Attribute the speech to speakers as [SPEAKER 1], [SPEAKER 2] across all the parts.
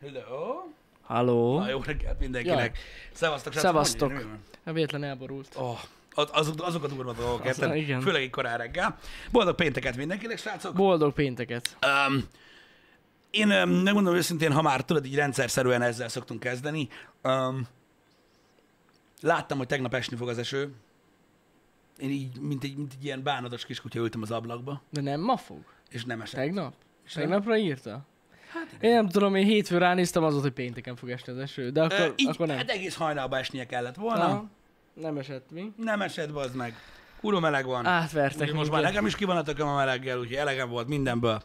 [SPEAKER 1] Hello!
[SPEAKER 2] Halló?
[SPEAKER 1] Na, jó reggelt mindenkinek. Szevasztok, srácok.
[SPEAKER 2] Szevasztok.
[SPEAKER 1] Mondja, mi van?
[SPEAKER 2] Hát Véletlen elborult.
[SPEAKER 1] Ó, Oh, az- azok, azok a durva dolgok,
[SPEAKER 2] Az-
[SPEAKER 1] érted?
[SPEAKER 2] igen.
[SPEAKER 1] Főleg egy korán reggel. Boldog pénteket mindenkinek, srácok.
[SPEAKER 2] Boldog pénteket.
[SPEAKER 1] Um, én um, megmondom őszintén, ha már tudod, így rendszerszerűen ezzel szoktunk kezdeni. Um, láttam, hogy tegnap esni fog az eső. Én így, mint egy, mint egy ilyen bánatos kiskutya ültem az ablakba,
[SPEAKER 2] De nem ma fog?
[SPEAKER 1] és nem Hát esett.
[SPEAKER 2] Tegnap?
[SPEAKER 1] Sem.
[SPEAKER 2] Tegnapra írta? Én nem tudom, én hétfőn ránéztem azóta, hogy pénteken fog esni az eső, de akkor,
[SPEAKER 1] Ö, így,
[SPEAKER 2] akkor nem.
[SPEAKER 1] Hát egész hajnalba esnie kellett volna.
[SPEAKER 2] Aha. nem esett mi.
[SPEAKER 1] Nem esett, bazd meg. Kurva meleg van.
[SPEAKER 2] Átvertek
[SPEAKER 1] Úgyhogy most már
[SPEAKER 2] minket.
[SPEAKER 1] nekem is ki van a tököm a meleggel, úgyhogy elegem volt mindenből.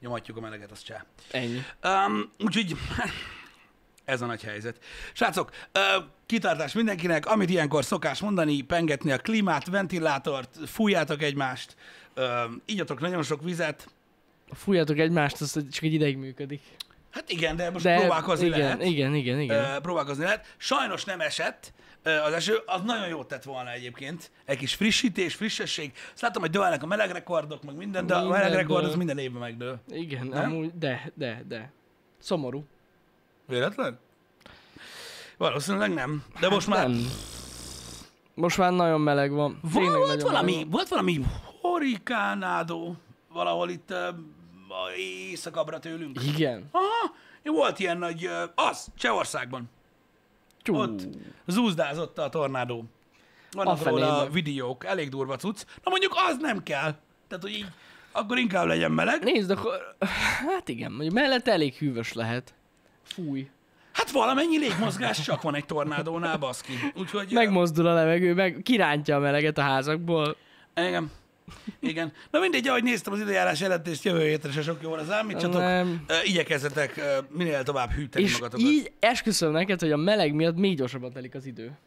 [SPEAKER 1] Nyomatjuk a meleget, az csá.
[SPEAKER 2] Ennyi.
[SPEAKER 1] Um, úgyhogy ez a nagy helyzet. Srácok, uh, kitartás mindenkinek, amit ilyenkor szokás mondani, pengetni a klímát, ventilátort, fújjátok egymást, um, igyatok nagyon sok vizet.
[SPEAKER 2] Fújjátok egymást, az csak egy ideig működik.
[SPEAKER 1] Hát igen, de most
[SPEAKER 2] De
[SPEAKER 1] de próbálkozni
[SPEAKER 2] igen,
[SPEAKER 1] lehet.
[SPEAKER 2] igen, igen, igen.
[SPEAKER 1] Ö, próbálkozni lehet. Sajnos nem esett ö, az eső, az nagyon jót tett volna egyébként. Egy kis frissítés, frissesség. Azt látom, hogy dőlnek a melegrekordok, meg minden, de a
[SPEAKER 2] Minden
[SPEAKER 1] melegrekord
[SPEAKER 2] dől.
[SPEAKER 1] az minden évben megdől.
[SPEAKER 2] igen,
[SPEAKER 1] nem?
[SPEAKER 2] amúgy, de, de, de. Szomorú.
[SPEAKER 1] Véletlen? Valószínűleg nem. De most már
[SPEAKER 2] Hát Nem. Most már nagyon meleg van. Tényleg
[SPEAKER 1] Val- volt
[SPEAKER 2] nagyon meleg
[SPEAKER 1] valami,
[SPEAKER 2] van.
[SPEAKER 1] volt valami horikánádó valahol itt ö, a éjszakabbra tőlünk.
[SPEAKER 2] Igen.
[SPEAKER 1] Aha, volt ilyen nagy, ö, az, Csehországban.
[SPEAKER 2] Tyú.
[SPEAKER 1] Ott zúzdázott a tornádó. Vannak
[SPEAKER 2] Afelé
[SPEAKER 1] róla
[SPEAKER 2] meg.
[SPEAKER 1] videók, elég durva cucc. Na mondjuk az nem kell. Tehát, hogy így, akkor inkább legyen meleg.
[SPEAKER 2] Nézd, akkor... Hát igen, mondjuk mellett elég hűvös lehet. Fúj.
[SPEAKER 1] Hát valamennyi légmozgás csak van egy tornádónál, baszki. Úgyhogy...
[SPEAKER 2] Megmozdul a levegő, meg kirántja a meleget a házakból.
[SPEAKER 1] Igen. Igen. Na mindegy, ahogy néztem az időjárás jelentést, jövő hétre se sok jóra számítsatok.
[SPEAKER 2] Nem.
[SPEAKER 1] Ö, Igyekezzetek ö, minél tovább hűteni
[SPEAKER 2] és
[SPEAKER 1] magatokat.
[SPEAKER 2] így esküszöm neked, hogy a meleg miatt még gyorsabban telik az idő.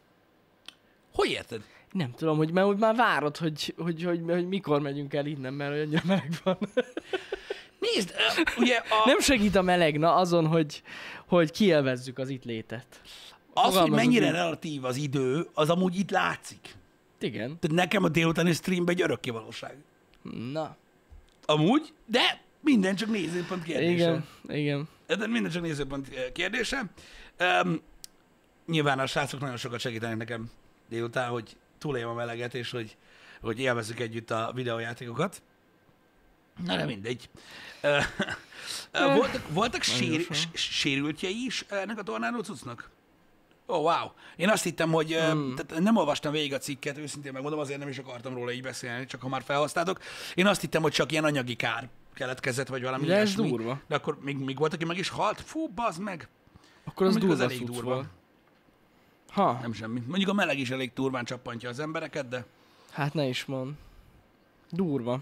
[SPEAKER 1] Hogy érted?
[SPEAKER 2] Nem tudom, hogy mert úgy már várod, hogy, hogy, hogy, hogy mikor megyünk el innen, mert hogy annyira meleg van.
[SPEAKER 1] Nézd, ö, ugye a,
[SPEAKER 2] Nem segít a meleg, na azon, hogy, hogy kielvezzük az itt létet.
[SPEAKER 1] az, hogy
[SPEAKER 2] fogalmazunk
[SPEAKER 1] mennyire
[SPEAKER 2] így.
[SPEAKER 1] relatív az idő, az amúgy itt látszik.
[SPEAKER 2] Igen.
[SPEAKER 1] Tehát nekem a délutáni streamben egy örökké valóság.
[SPEAKER 2] Na.
[SPEAKER 1] Amúgy, de minden csak nézőpont kérdése.
[SPEAKER 2] Igen,
[SPEAKER 1] Igen.
[SPEAKER 2] igen.
[SPEAKER 1] De minden csak nézőpont eh, kérdése. Um, nyilván a srácok nagyon sokat segítenek nekem délután, hogy túléljem a meleget, és hogy, hogy élvezzük együtt a videójátékokat. Na, nem mindegy. Ö, ö, voltak voltak sér,
[SPEAKER 2] sok.
[SPEAKER 1] s- sérültjei is ennek a tornádó cuccnak? Ó, oh, wow. Én azt hittem, hogy
[SPEAKER 2] Hmm.
[SPEAKER 1] mm. tehát nem olvastam végig a cikket, őszintén megmondom, azért nem is akartam róla így beszélni, csak ha már felhasználtok. Én azt hittem, hogy csak ilyen anyagi kár keletkezett, vagy valami
[SPEAKER 2] De ez
[SPEAKER 1] ilyesmi.
[SPEAKER 2] durva.
[SPEAKER 1] De akkor még, még volt, aki meg is halt? Fú, bazd meg!
[SPEAKER 2] Akkor az
[SPEAKER 1] Mondjuk az
[SPEAKER 2] durva
[SPEAKER 1] elég
[SPEAKER 2] cucc
[SPEAKER 1] durva.
[SPEAKER 2] volt. Ha,
[SPEAKER 1] Nem semmi. Mondjuk a meleg is elég durván csappantja az embereket, de
[SPEAKER 2] hát ne is mond. Durva.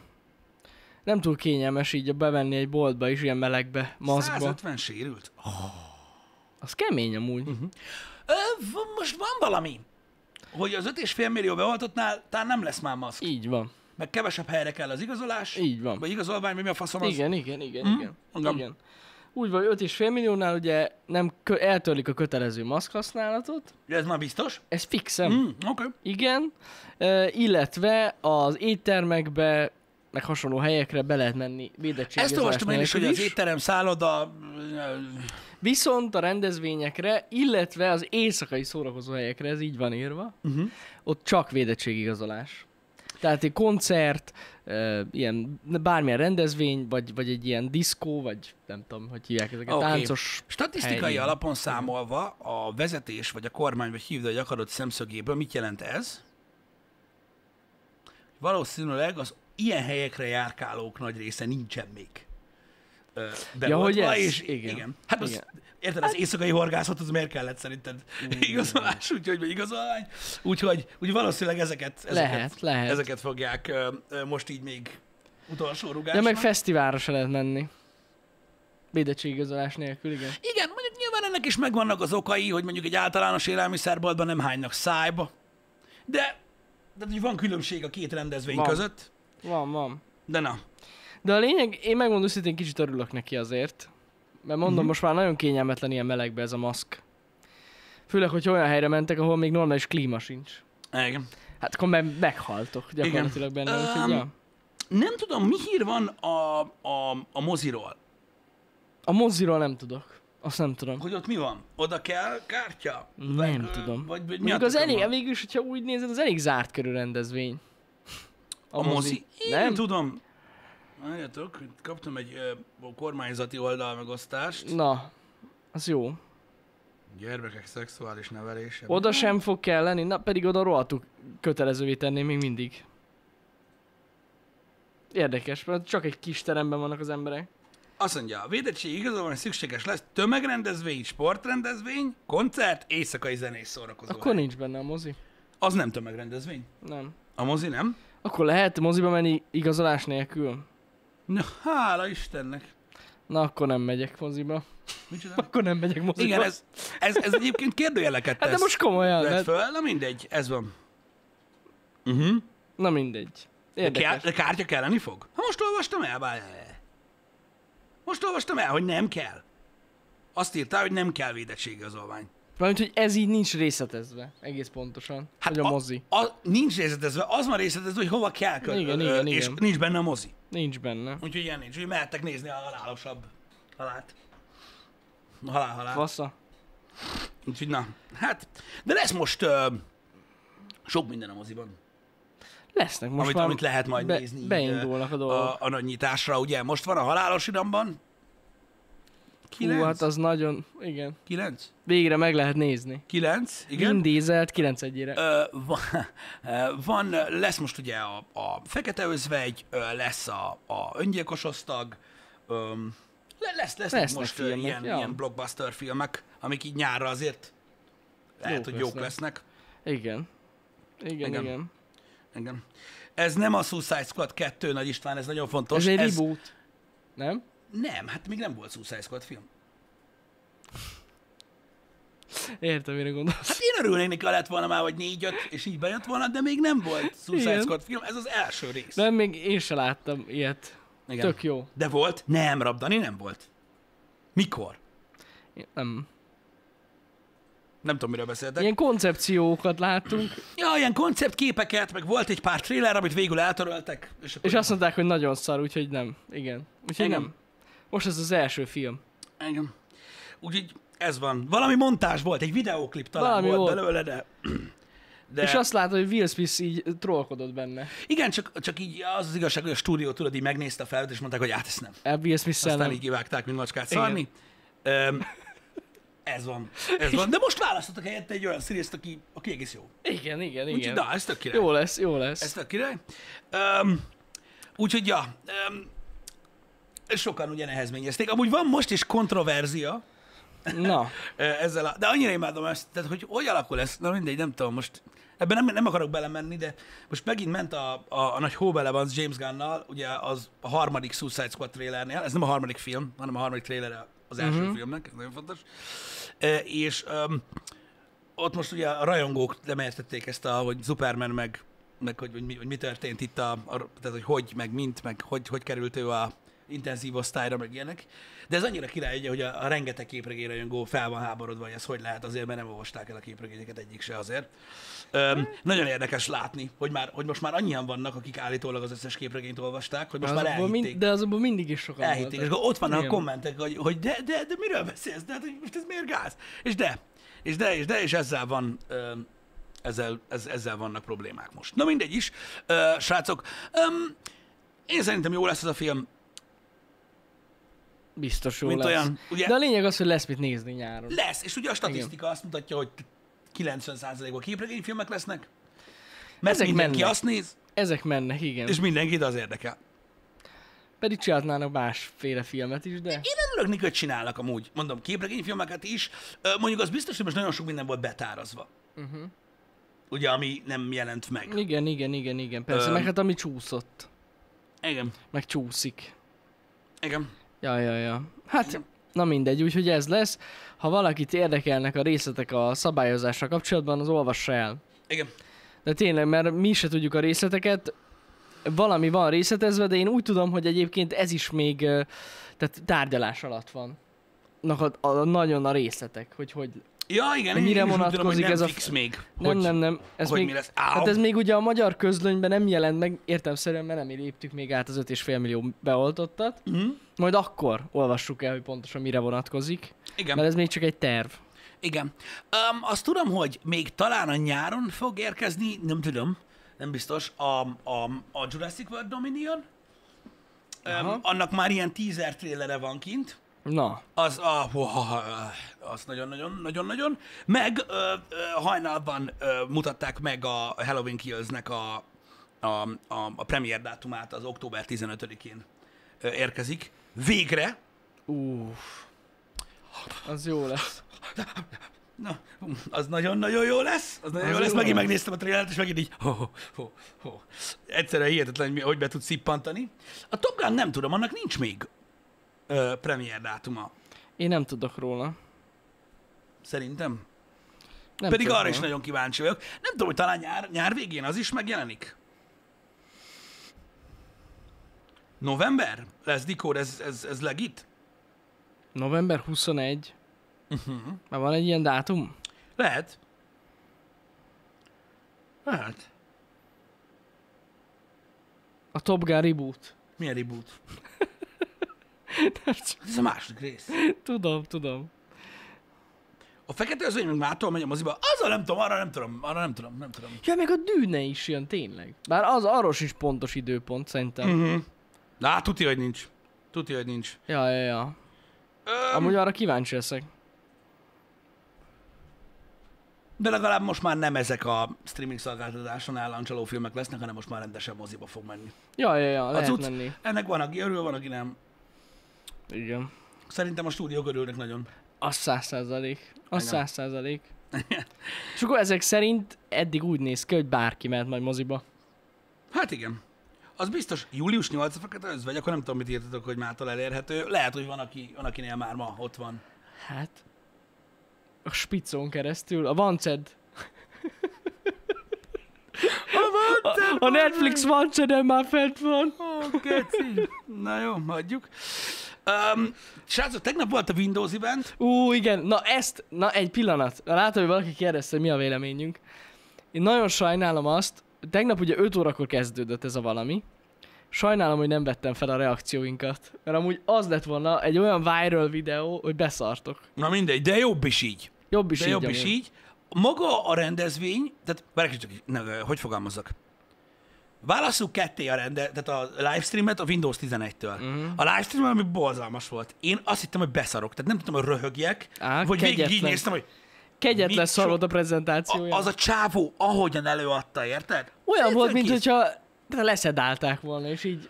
[SPEAKER 2] Nem túl kényelmes így bevenni egy boltba is, ilyen melegbe, maszkba.
[SPEAKER 1] 150 sérült.
[SPEAKER 2] Az kemény amúgy.
[SPEAKER 1] Mhm. Ö, v- most van valami, hogy az 5,5 millió beoltottnál talán nem lesz már maszk.
[SPEAKER 2] Így van.
[SPEAKER 1] Meg kevesebb helyre kell az igazolás,
[SPEAKER 2] Így van.
[SPEAKER 1] vagy igazolvány, vagy mi a faszom az.
[SPEAKER 2] Igen, igen, igen,
[SPEAKER 1] Hm?
[SPEAKER 2] igen.
[SPEAKER 1] Mondom.
[SPEAKER 2] igen. Úgy van, hogy 5,5 milliónál ugye nem kö- eltörlik a kötelező maszk használatot.
[SPEAKER 1] De ez már biztos?
[SPEAKER 2] Ez fixem.
[SPEAKER 1] Mm, Oké. Okay.
[SPEAKER 2] Igen. Ö, illetve az éttermekbe, meg hasonló helyekre be lehet menni védettségigazolás
[SPEAKER 1] Ezt olvastam én is, hogy
[SPEAKER 2] nélkül
[SPEAKER 1] az étterem, szálloda, ö,
[SPEAKER 2] Viszont a rendezvényekre, illetve az éjszakai szórakozóhelyekre, ez így van írva, uh-huh. ott csak védettségigazolás. Tehát egy koncert, ö, ilyen bármilyen rendezvény, vagy, vagy egy ilyen diszkó, vagy nem tudom, hogy hívják ezeket,
[SPEAKER 1] Oké.
[SPEAKER 2] okay. táncos
[SPEAKER 1] Statisztikai
[SPEAKER 2] Helyi.
[SPEAKER 1] alapon számolva a vezetés, vagy a kormány, vagy hívd, hogy akarod szemszögéből, mit jelent ez? Valószínűleg az ilyen helyekre járkálók nagy része nincsen még. ö, beoltva,
[SPEAKER 2] hogy ez?
[SPEAKER 1] És igen.
[SPEAKER 2] Igen.
[SPEAKER 1] igen. Hát az,
[SPEAKER 2] Igen.
[SPEAKER 1] érted, az éjszakai horgászat, az miért kellett szerinted igazolás, úgyhogy, vagy igazolvány? Úgyhogy úgy valószínűleg ezeket, ezeket,
[SPEAKER 2] Lehet, lehet.
[SPEAKER 1] ezeket fogják ö, ö, most így még utolsó
[SPEAKER 2] De
[SPEAKER 1] rugásnak.
[SPEAKER 2] meg fesztiválra se lehet menni. Védettségigazolás nélkül, igen.
[SPEAKER 1] Igen, mondjuk nyilván ennek is megvannak az okai, hogy mondjuk egy általános élelmiszerboltban nem hánynak szájba, de, de hogy van különbség a két rendezvény van.
[SPEAKER 2] Van.
[SPEAKER 1] között.
[SPEAKER 2] Van, van.
[SPEAKER 1] De na,
[SPEAKER 2] De a lényeg, én megmondom őszintén, kicsit örülök neki azért. Mert mondom,
[SPEAKER 1] Mhm.
[SPEAKER 2] most már nagyon kényelmetlen ilyen melegbe ez a maszk. Főleg, hogy olyan helyre mentek, ahol még normális klíma sincs.
[SPEAKER 1] igen.
[SPEAKER 2] Hát akkor meg meghaltok gyakorlatilag
[SPEAKER 1] Igen.
[SPEAKER 2] benne, úgyhogy
[SPEAKER 1] Öm,
[SPEAKER 2] ja.
[SPEAKER 1] Nem tudom, mi hír van a, a, a moziról.
[SPEAKER 2] A moziról nem tudok. Azt nem tudom.
[SPEAKER 1] Hogy ott mi van? Oda kell kártya?
[SPEAKER 2] Nem
[SPEAKER 1] Vagy, ö,
[SPEAKER 2] tudom.
[SPEAKER 1] Vagy, vagy mi
[SPEAKER 2] Mondjuk
[SPEAKER 1] a
[SPEAKER 2] az
[SPEAKER 1] tököm
[SPEAKER 2] elég,
[SPEAKER 1] van?
[SPEAKER 2] végülis, hogyha úgy nézed, az elég zárt körű rendezvény.
[SPEAKER 1] A mozi? Én
[SPEAKER 2] Nem?
[SPEAKER 1] nem tudom. Várjatok, itt kaptam egy ö, kormányzati oldalmegosztást.
[SPEAKER 2] Na, az jó.
[SPEAKER 1] Gyermekek szexuális nevelése.
[SPEAKER 2] Oda sem fog kelleni, na pedig oda rohadtuk kötelezővé tenni még mindig. Érdekes, mert csak egy kis teremben vannak az emberek.
[SPEAKER 1] Azt mondja, a védettség igazolvány szükséges lesz tömegrendezvény, sportrendezvény, koncert, éjszakai zenés szórakozó.
[SPEAKER 2] Akkor nincs benne a mozi.
[SPEAKER 1] Az nem tömegrendezvény.
[SPEAKER 2] Nem.
[SPEAKER 1] A mozi nem?
[SPEAKER 2] Akkor lehet moziba menni igazolás nélkül?
[SPEAKER 1] Na, hála Istennek.
[SPEAKER 2] Na, akkor nem megyek moziba.
[SPEAKER 1] Micsoda?
[SPEAKER 2] Akkor nem megyek moziba.
[SPEAKER 1] Igen, ez, ez, ez egyébként kérdőjeleket tesz.
[SPEAKER 2] Hát de most komolyan,
[SPEAKER 1] Vedd
[SPEAKER 2] mert...
[SPEAKER 1] föl, na mindegy, ez van. Uh-huh.
[SPEAKER 2] Na mindegy. Mhm. Érdekes.
[SPEAKER 1] Kell, kártya kelleni fog? Ha most olvastam el, bár... Most olvastam el, hogy nem kell. Azt írtál, hogy nem kell védettségigazolvány.
[SPEAKER 2] Mármint, hogy ez így nincs részletezve, egész pontosan, hát hogy a, mozi.
[SPEAKER 1] A, a, nincs részletezve, az van részletezve, hogy hova kell kö-
[SPEAKER 2] Igen,
[SPEAKER 1] ö,
[SPEAKER 2] igen,
[SPEAKER 1] és
[SPEAKER 2] igen.
[SPEAKER 1] nincs benne a mozi.
[SPEAKER 2] Nincs benne.
[SPEAKER 1] Úgyhogy ilyen nincs, hogy mehettek nézni a halálosabb halált. Halál, halál.
[SPEAKER 2] Fasza.
[SPEAKER 1] Úgyhogy na, hát, de lesz most ö, sok minden a moziban.
[SPEAKER 2] Lesznek most
[SPEAKER 1] amit,
[SPEAKER 2] már
[SPEAKER 1] amit lehet majd
[SPEAKER 2] be,
[SPEAKER 1] nézni. így,
[SPEAKER 2] Beindulnak a
[SPEAKER 1] ö,
[SPEAKER 2] dolgok. A...
[SPEAKER 1] A, a nagy nyitásra, ugye? Most van a halálos iramban.
[SPEAKER 2] Hú,
[SPEAKER 1] Kilenc?
[SPEAKER 2] hát az nagyon, igen.
[SPEAKER 1] Kilenc?
[SPEAKER 2] Végre meg lehet nézni.
[SPEAKER 1] Kilenc? Igen.
[SPEAKER 2] Vin Dieselt 9 1
[SPEAKER 1] Ö, van, ö, van, ö, lesz most ugye a, a Fekete Özvegy, ö, lesz a, a Öngyilkos Osztag, ö, le, lesz, lesznek,
[SPEAKER 2] Lesznek
[SPEAKER 1] most filmek,
[SPEAKER 2] filmek,
[SPEAKER 1] ilyen,
[SPEAKER 2] ja.
[SPEAKER 1] ilyen blockbuster filmek, amik így nyárra azért lehet,
[SPEAKER 2] Jók
[SPEAKER 1] hogy jók
[SPEAKER 2] lesznek.
[SPEAKER 1] lesznek.
[SPEAKER 2] Igen. Igen,
[SPEAKER 1] Igen.
[SPEAKER 2] igen. igen.
[SPEAKER 1] Igen. Ez nem a Suicide Squad 2, Nagy István, ez nagyon fontos.
[SPEAKER 2] Ez egy reboot. Nem?
[SPEAKER 1] Nem, hát még nem volt Suicide Squad film.
[SPEAKER 2] Értem, mire gondolsz.
[SPEAKER 1] Hát én örülnék neki, ha lett volna már, vagy négy, öt, és így bejött volna, de még nem volt Suicide
[SPEAKER 2] Igen.
[SPEAKER 1] Squad film, ez az első rész.
[SPEAKER 2] Nem, még én se láttam ilyet.
[SPEAKER 1] Igen.
[SPEAKER 2] Igen. Tök jó.
[SPEAKER 1] De volt? Nem, Rabdani, nem volt. Mikor?
[SPEAKER 2] Én- Nem.
[SPEAKER 1] Nem tudom, miről beszéltek. Ilyen...
[SPEAKER 2] Ilyen koncepciókat láttunk,
[SPEAKER 1] Ja, ilyen konceptképeket, meg volt egy pár tréler, amit végül eltöröltek. És, akkor...
[SPEAKER 2] és azt mondták, hogy nagyon szar, úgyhogy nem. Igen. Úgyhogy
[SPEAKER 1] Igen.
[SPEAKER 2] nem. Most ez az első film.
[SPEAKER 1] Igen. Úgyhogy ez van. Valami montás volt, egy videóklip talán
[SPEAKER 2] Valami
[SPEAKER 1] volt,
[SPEAKER 2] volt.
[SPEAKER 1] belőle, de... de...
[SPEAKER 2] És azt látod, hogy Will Smith így trollkodott benne.
[SPEAKER 1] Igen, csak, csak így az az igazság, hogy a stúdió tudod, így megnézte a felvet, és mondták, hogy hát ezt nem.
[SPEAKER 2] El Will smith
[SPEAKER 1] Aztán
[SPEAKER 2] nem.
[SPEAKER 1] így kivágták, mint macskát
[SPEAKER 2] Igen.
[SPEAKER 1] szarni. Öm, ez van. Ez van. De most választottak helyette egy olyan színészt, aki, aki egész jó.
[SPEAKER 2] Igen, igen,
[SPEAKER 1] Úgyhogy
[SPEAKER 2] igen.
[SPEAKER 1] na, ez tök király.
[SPEAKER 2] Jó lesz, jó lesz.
[SPEAKER 1] Ez tök király. Öm, úgyhogy, ja, öm, sokan ugye nehezményezték. Amúgy van most is kontroverzia
[SPEAKER 2] Na,
[SPEAKER 1] ö, ezzel a, de annyira imádom ezt, tehát, hogy hogy alakul ez, na mindegy, nem tudom most, ebben nem, nem akarok belemenni, de most megint ment a, a, a nagy hóbelevans James Gunnnal, ugye az a harmadik Suicide Squad trailernél, ez nem a harmadik film, hanem a harmadik trailer az első uh-huh. filmnek, ez nagyon fontos, Ö, és öm, ott most ugye a rajongók lemertették ezt a, hogy Superman meg, meg hogy, hogy, mi, hogy mi történt itt, a, a, tehát hogy hogy, meg mint, meg hogy, hogy került ő a intenzív osztályra, meg ilyenek. De ez annyira király, ugye, hogy a, a rengeteg képregény rajongó fel van háborodva, hogy ez hogy lehet azért, mert nem olvasták el a képregényeket egyik se azért. Öm, nagyon érdekes látni, hogy, már, hogy most már annyian vannak, akik állítólag az összes képregényt olvasták, hogy most
[SPEAKER 2] az
[SPEAKER 1] már
[SPEAKER 2] abból
[SPEAKER 1] elhitték.
[SPEAKER 2] mind, de az abból mindig is sokan
[SPEAKER 1] Elhitték, és
[SPEAKER 2] voltak.
[SPEAKER 1] akkor ott vannak a
[SPEAKER 2] Igen.
[SPEAKER 1] kommentek, hogy, hogy de, de, de miről beszélsz? De hát, hogy most ez miért gáz? És de, és de, és de, és ezzel van, ö, ezzel, ez, ezzel vannak problémák most. Na mindegy is, ö, srácok. Öm, én szerintem jó lesz ez a film.
[SPEAKER 2] Biztos jó
[SPEAKER 1] Mint
[SPEAKER 2] lesz.
[SPEAKER 1] olyan, ugye-
[SPEAKER 2] De a lényeg az, hogy lesz mit nézni nyáron.
[SPEAKER 1] Lesz, és ugye a statisztika azt mutatja, hogy 90%-ban képregényfilmek lesznek, mert
[SPEAKER 2] Ezek
[SPEAKER 1] Ezek mindenki
[SPEAKER 2] mennek.
[SPEAKER 1] azt néz,
[SPEAKER 2] Ezek mennek, igen.
[SPEAKER 1] és
[SPEAKER 2] És...
[SPEAKER 1] mindenkit az érdekel.
[SPEAKER 2] Pedig csinálnának másféle filmet is, de...
[SPEAKER 1] Én örülök neki, hogy csinálnak amúgy. Mondom, képregényfilmeket is. Ö, Mondjuk az biztos, hogy most nagyon sok minden volt betárazva. Uh-huh.
[SPEAKER 2] Mhm.
[SPEAKER 1] Ugye, ami nem jelent meg.
[SPEAKER 2] Igen, igen, igen, igen. Persze,
[SPEAKER 1] Öm.
[SPEAKER 2] meg hát ami csúszott.
[SPEAKER 1] Igen.
[SPEAKER 2] Meg csúszik.
[SPEAKER 1] Igen.
[SPEAKER 2] Ja, ja, ja.
[SPEAKER 1] Hm.
[SPEAKER 2] Hát, na mindegy, úgyhogy ez lesz. Ha valakit érdekelnek a részletek a szabályozással kapcsolatban, az olvassa el.
[SPEAKER 1] Igen.
[SPEAKER 2] De tényleg, mert mi se tudjuk a részleteket, valami van részletezve, de én úgy tudom, hogy egyébként ez is még hát ö, tehát tárgyalás alatt van. Na, a, a, nagyon a részletek, hogy hogy
[SPEAKER 1] Ja, igen,
[SPEAKER 2] Hogy
[SPEAKER 1] én
[SPEAKER 2] mire
[SPEAKER 1] is úgy tudom,
[SPEAKER 2] vonatkozik
[SPEAKER 1] hogy nem
[SPEAKER 2] ez a-
[SPEAKER 1] fix még.
[SPEAKER 2] Nem,
[SPEAKER 1] hogy,
[SPEAKER 2] nem, nem. Ez
[SPEAKER 1] hogy
[SPEAKER 2] még,
[SPEAKER 1] mi lesz.
[SPEAKER 2] Hát
[SPEAKER 1] Au!
[SPEAKER 2] ez még ugye a magyar közlönyben nem jelent meg, értelmszerűen, mert nem léptük még át az 5,5 millió beoltottat.
[SPEAKER 1] Mhm.
[SPEAKER 2] Majd akkor olvassuk el, hogy pontosan mire vonatkozik,
[SPEAKER 1] Igen.
[SPEAKER 2] mert ez még csak egy terv.
[SPEAKER 1] Igen. Um, azt tudom, hogy még talán a nyáron fog érkezni, nem tudom, nem biztos, a, a, a Jurassic World Dominion.
[SPEAKER 2] Aha.
[SPEAKER 1] Um, annak már ilyen teaser trélere van kint.
[SPEAKER 2] Na,
[SPEAKER 1] Az a... Az nagyon-nagyon-nagyon-nagyon. Meg ö, ö, hajnalban ö, mutatták meg a Halloween Kills-nek a, a, a, a premier dátumát, az október 15-én ö, érkezik. Végre!
[SPEAKER 2] uff, az jó lesz.
[SPEAKER 1] Na, az nagyon-nagyon jó lesz, az nagyon
[SPEAKER 2] Az
[SPEAKER 1] jó lesz,
[SPEAKER 2] jó
[SPEAKER 1] megint
[SPEAKER 2] lesz.
[SPEAKER 1] megnéztem a trailert, és megint így ho, ho, ho, ho. Egyszerűen hihetetlen, hogy mi- hogy be tudsz szippantani. A Top Gun nem tudom, annak nincs még ö, premier dátuma,
[SPEAKER 2] Én nem tudok róla.
[SPEAKER 1] szerintem.
[SPEAKER 2] Nem
[SPEAKER 1] Pedig
[SPEAKER 2] tudok
[SPEAKER 1] arra is
[SPEAKER 2] róla.
[SPEAKER 1] nagyon kíváncsi vagyok. Nem tudom, hogy talán nyár, nyár végén az is megjelenik. November? Lesz Dikód, ez, ez, ez legit?
[SPEAKER 2] November 21. Uh-huh. Már van egy ilyen dátum?
[SPEAKER 1] Lehet. Lehet.
[SPEAKER 2] A Top Gun reboot.
[SPEAKER 1] Milyen reboot?
[SPEAKER 2] Nem csak-
[SPEAKER 1] Ez a második rész.
[SPEAKER 2] tudom, tudom.
[SPEAKER 1] A fekete özvegy meg mától megy a moziba. Azzal nem tudom, arra nem tudom, arra nem tudom, nem tudom.
[SPEAKER 2] Ja, meg a dűne is jön tényleg. Bár az arról is pontos időpont, szerintem.
[SPEAKER 1] Na, hát tuti, hogy nincs. Tuti, hogy nincs.
[SPEAKER 2] Ja, ja, ja. Amúgy arra kíváncsi leszek.
[SPEAKER 1] De legalább most már nem ezek a streaming szolgáltatáson állancsaló filmek lesznek, hanem most már rendesen moziba fog menni.
[SPEAKER 2] Ja, ja, ja, lehet
[SPEAKER 1] cucc-
[SPEAKER 2] menni.
[SPEAKER 1] Ennek van, aki örül, van, aki nem.
[SPEAKER 2] Igen.
[SPEAKER 1] Szerintem a stúdiók örülnek nagyon.
[SPEAKER 2] Az száz százalék. Az
[SPEAKER 1] Igen.
[SPEAKER 2] száz százalék. És akkor ezek szerint eddig úgy néz ki, hogy bárki mehet majd moziba.
[SPEAKER 1] Hát igen. Az biztos, július 8 a fekete özvegy, akkor nem tudom, mit írtatok, hogy mától elérhető. Lehet, hogy van, aki, van akinél már ma ott van.
[SPEAKER 2] Hát. A spicon keresztül. A Vanced. A, a Netflix Vanceden már fent van.
[SPEAKER 1] Ó, geci. Na jó, hagyjuk. Um, srácok, tegnap volt a Windows event.
[SPEAKER 2] Ú, igen. Na ezt, na egy pillanat. Na, Látom, hogy valaki kérdezte, hogy mi a véleményünk. Én nagyon sajnálom azt, tegnap ugye 5 órakor kezdődött ez a valami. Sajnálom, hogy nem vettem fel a reakcióinkat. Mert amúgy az lett volna egy olyan viral videó, hogy beszartok.
[SPEAKER 1] Na mindegy, de jobb is így.
[SPEAKER 2] Jobb is
[SPEAKER 1] De
[SPEAKER 2] így.
[SPEAKER 1] jobb is
[SPEAKER 2] amúgy.
[SPEAKER 1] így. Maga a rendezvény, tehát várj egy kicsit, nem, ö, hogy fogalmazzak? Válasszuk ketté a rende, tehát a livestreamet a Windows 11-től.
[SPEAKER 2] Mhm.
[SPEAKER 1] Mm. A livestream ami borzalmas volt. Én azt hittem, hogy beszarok, tehát nem tudtam, hogy röhögjek,
[SPEAKER 2] Á,
[SPEAKER 1] vagy végig így
[SPEAKER 2] kegyetlen.
[SPEAKER 1] néztem, hogy
[SPEAKER 2] Kegyetlen
[SPEAKER 1] Mit
[SPEAKER 2] szar
[SPEAKER 1] so-
[SPEAKER 2] volt a prezentációja.
[SPEAKER 1] a, az a csávó ahogyan előadta, érted?
[SPEAKER 2] Olyan
[SPEAKER 1] Egyszerűen
[SPEAKER 2] volt, mint
[SPEAKER 1] kész.
[SPEAKER 2] hogyha de leszedálták volna, és így...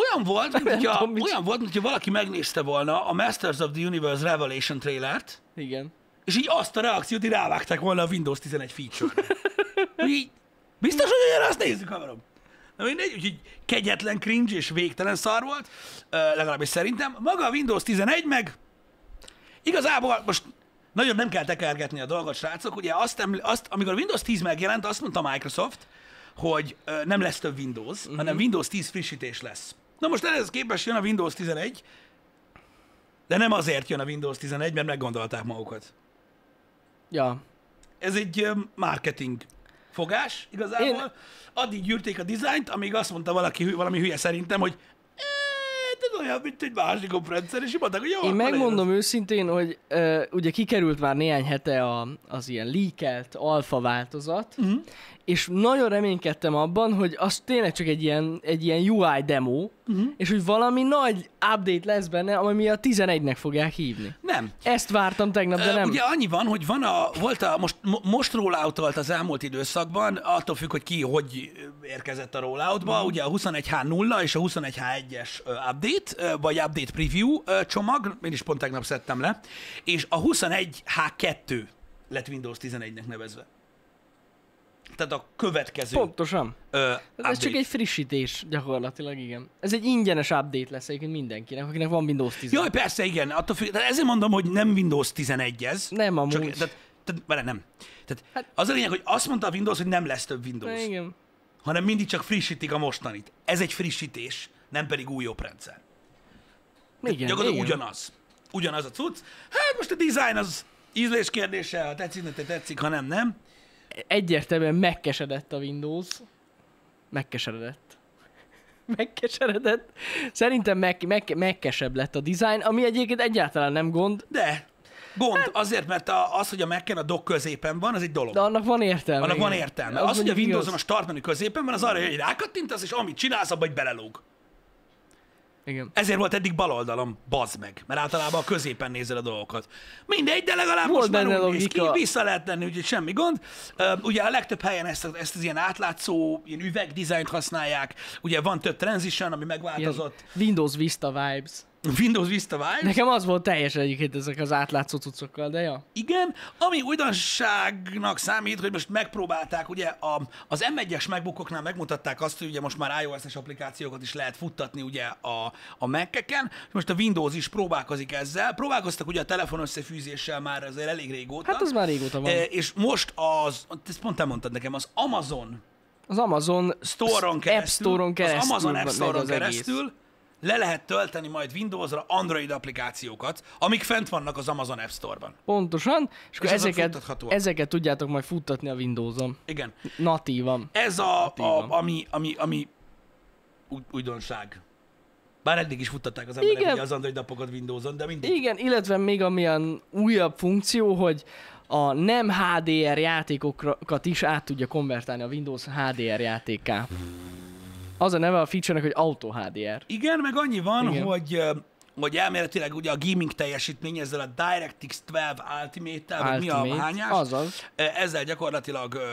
[SPEAKER 1] Olyan volt, mint hogyha,
[SPEAKER 2] tudom, mit-
[SPEAKER 1] olyan volt, mint hogyha valaki megnézte volna a Masters of the Universe Revelation trailert,
[SPEAKER 2] Igen.
[SPEAKER 1] és így azt a reakciót így rávágták volna a Windows 11 feature-re. Hogy így, biztos, hogy ugyanazt nézzük, haverom. Na mindegy, úgyhogy kegyetlen cringe és végtelen szar volt, ö, legalábbis szerintem. Maga a Windows 11 meg igazából most nagyon nem kell tekergetni a dolgot, srácok. Ugye azt, eml- azt amikor a Windows 10 megjelent, azt mondta Microsoft, hogy ö, nem lesz több Windows, uh-huh. hanem Windows 10 frissítés lesz. Na most ehhez képest jön a Windows 11, de nem azért jön a Windows 11, mert meggondolták magukat
[SPEAKER 2] Ja.
[SPEAKER 1] Ah, ez egy ö, marketing fogás igazából. Én...
[SPEAKER 2] Én-
[SPEAKER 1] Addig gyűrték a dizájnt, amíg azt mondta valaki, hű- valami hülye szerintem, hogy "Eee, ez olyan, mint egy másik rendszer, és így mondták, hogy jó,
[SPEAKER 2] Én
[SPEAKER 1] akkor
[SPEAKER 2] megmondom őszintén, hogy ö, ugye kikerült már néhány hete a, az ilyen leakelt alfa változat,
[SPEAKER 1] Mhm.
[SPEAKER 2] uh-huh. és nagyon reménykedtem abban, hogy az tényleg csak egy ilyen, egy ilyen UI demo,
[SPEAKER 1] Mhm.
[SPEAKER 2] uh-huh. és hogy valami nagy update lesz benne, ami a 11-nek fogják hívni.
[SPEAKER 1] Nem.
[SPEAKER 2] Ezt vártam tegnap, de
[SPEAKER 1] Ö,
[SPEAKER 2] nem.
[SPEAKER 1] Ugye annyi van, hogy van a, volt a, most, mo- most rolloutolt az elmúlt időszakban, attól függ, hogy ki hogy érkezett a rolloutba,
[SPEAKER 2] Mhm.
[SPEAKER 1] ugye a 21H0 és a 21H1-es ö, update, ö, vagy update preview ö, csomag, én is pont tegnap szedtem le, és a 21H2 lett Windows 11-nek nevezve. Tehát a következő
[SPEAKER 2] Pontosan.
[SPEAKER 1] ö,
[SPEAKER 2] Hát Ez
[SPEAKER 1] update.
[SPEAKER 2] Update. csak egy frissítés gyakorlatilag, igen. Ez egy ingyenes update lesz egyébként mindenkinek, akinek van Windows 10.
[SPEAKER 1] Jaj, persze, igen, attól függ, tehát ezért mondom, hogy nem Windows 11 ez.
[SPEAKER 2] nem amúgy. Hát-
[SPEAKER 1] Csak, tehát, tehát, vele nem. Tehát az a lényeg, hogy azt mondta a Windows, hogy nem lesz több Windows.
[SPEAKER 2] Igen.
[SPEAKER 1] hanem mindig csak frissítik a mostanit. Ez egy frissítés, nem pedig új oprendszer.
[SPEAKER 2] Igen,
[SPEAKER 1] Gyakorlatilag
[SPEAKER 2] igen.
[SPEAKER 1] ugyanaz. Ugyanaz a cucc. Hát most a design az Ízlés kérdése, ha tetszik, ne te tetszik, ha nem, nem.
[SPEAKER 2] Egyértelműen megkeseredett a Windows. Megkeseredett. Megkeseredett. Szerintem meg, meg, megkesebb lett a design, ami egyébként egyáltalán nem gond,
[SPEAKER 1] De gond,
[SPEAKER 2] Hát-
[SPEAKER 1] azért, mert a, az, hogy a Mac-en a dock középen van, az egy dolog.
[SPEAKER 2] de annak van értelme.
[SPEAKER 1] Annak
[SPEAKER 2] igen.
[SPEAKER 1] van értelme. Az, hogy a
[SPEAKER 2] mondjuk
[SPEAKER 1] Windows-on a
[SPEAKER 2] igaz.
[SPEAKER 1] start menü középen van, az arra, hogy rákattintasz, és amit csinálsz, abba egy belelóg.
[SPEAKER 2] Igen.
[SPEAKER 1] Ezért volt eddig bal oldalom, bazd meg, mert általában a középen nézel a dolgokat. Mindegy, de legalább
[SPEAKER 2] Volt
[SPEAKER 1] most már
[SPEAKER 2] benne
[SPEAKER 1] úgy néz ki,
[SPEAKER 2] logika.
[SPEAKER 1] vissza lehet tenni, úgyhogy semmi gond. Ö, Ugye a legtöbb helyen ezt, ezt az ilyen átlátszó, ilyen üvegdizájnt használják, ugye van több transition, ami
[SPEAKER 2] Ilyen
[SPEAKER 1] megváltozott.
[SPEAKER 2] Windows Vista vibes.
[SPEAKER 1] Windows Vista Vibe,
[SPEAKER 2] Nekem az volt teljesen egyébként ezek az átlátszó cuccokkal, de ja.
[SPEAKER 1] igen. Ami újdonságnak számít, hogy most megpróbálták, ugye a, az M1-es megbukoknál megmutatták azt, hogy ugye most már iOS-es applikációkat is lehet futtatni ugye a, a Mac-eken, és most a Windows is próbálkozik ezzel. Próbálkoztak ugye a telefon összefűzéssel már azért elég régóta.
[SPEAKER 2] Hát az már régóta van.
[SPEAKER 1] E, És most az, ezt pont te mondtad nekem, az Amazon
[SPEAKER 2] Az Amazon
[SPEAKER 1] Store-on keresztül,
[SPEAKER 2] App Store-on keresztül.
[SPEAKER 1] az Amazon App
[SPEAKER 2] megy
[SPEAKER 1] Store-on
[SPEAKER 2] az egész.
[SPEAKER 1] keresztül le lehet tölteni majd Windowsra Android applikációkat, amik fent vannak az Amazon App Store-ban.
[SPEAKER 2] Pontosan, és akkor
[SPEAKER 1] És azok
[SPEAKER 2] ezeket,
[SPEAKER 1] futtathatóak.
[SPEAKER 2] ezeket tudjátok majd futtatni a Windows-on.
[SPEAKER 1] Igen.
[SPEAKER 2] Natívan.
[SPEAKER 1] Ez a, a
[SPEAKER 2] Hát van.
[SPEAKER 1] ami, ami, ami új- újdonság. Bár eddig is futtatták az emberek
[SPEAKER 2] Igen.
[SPEAKER 1] ugye az Android appokat Windows-on, de mindig.
[SPEAKER 2] Igen, illetve még amilyen újabb funkció, hogy a nem HDR játékokat is át tudja konvertálni a Windows HDR játékká. Az a neve a feature-nek, hogy Auto HDR.
[SPEAKER 1] Igen, meg annyi van, Igen.
[SPEAKER 2] Igen.
[SPEAKER 1] hogy ö, hogy elméletileg ugye a gaming teljesítmény ezzel a DirectX 12 Ultimate-tel, vagy mi a
[SPEAKER 2] Ultimate.
[SPEAKER 1] hányás,
[SPEAKER 2] Azaz.
[SPEAKER 1] ezzel gyakorlatilag ö, ö,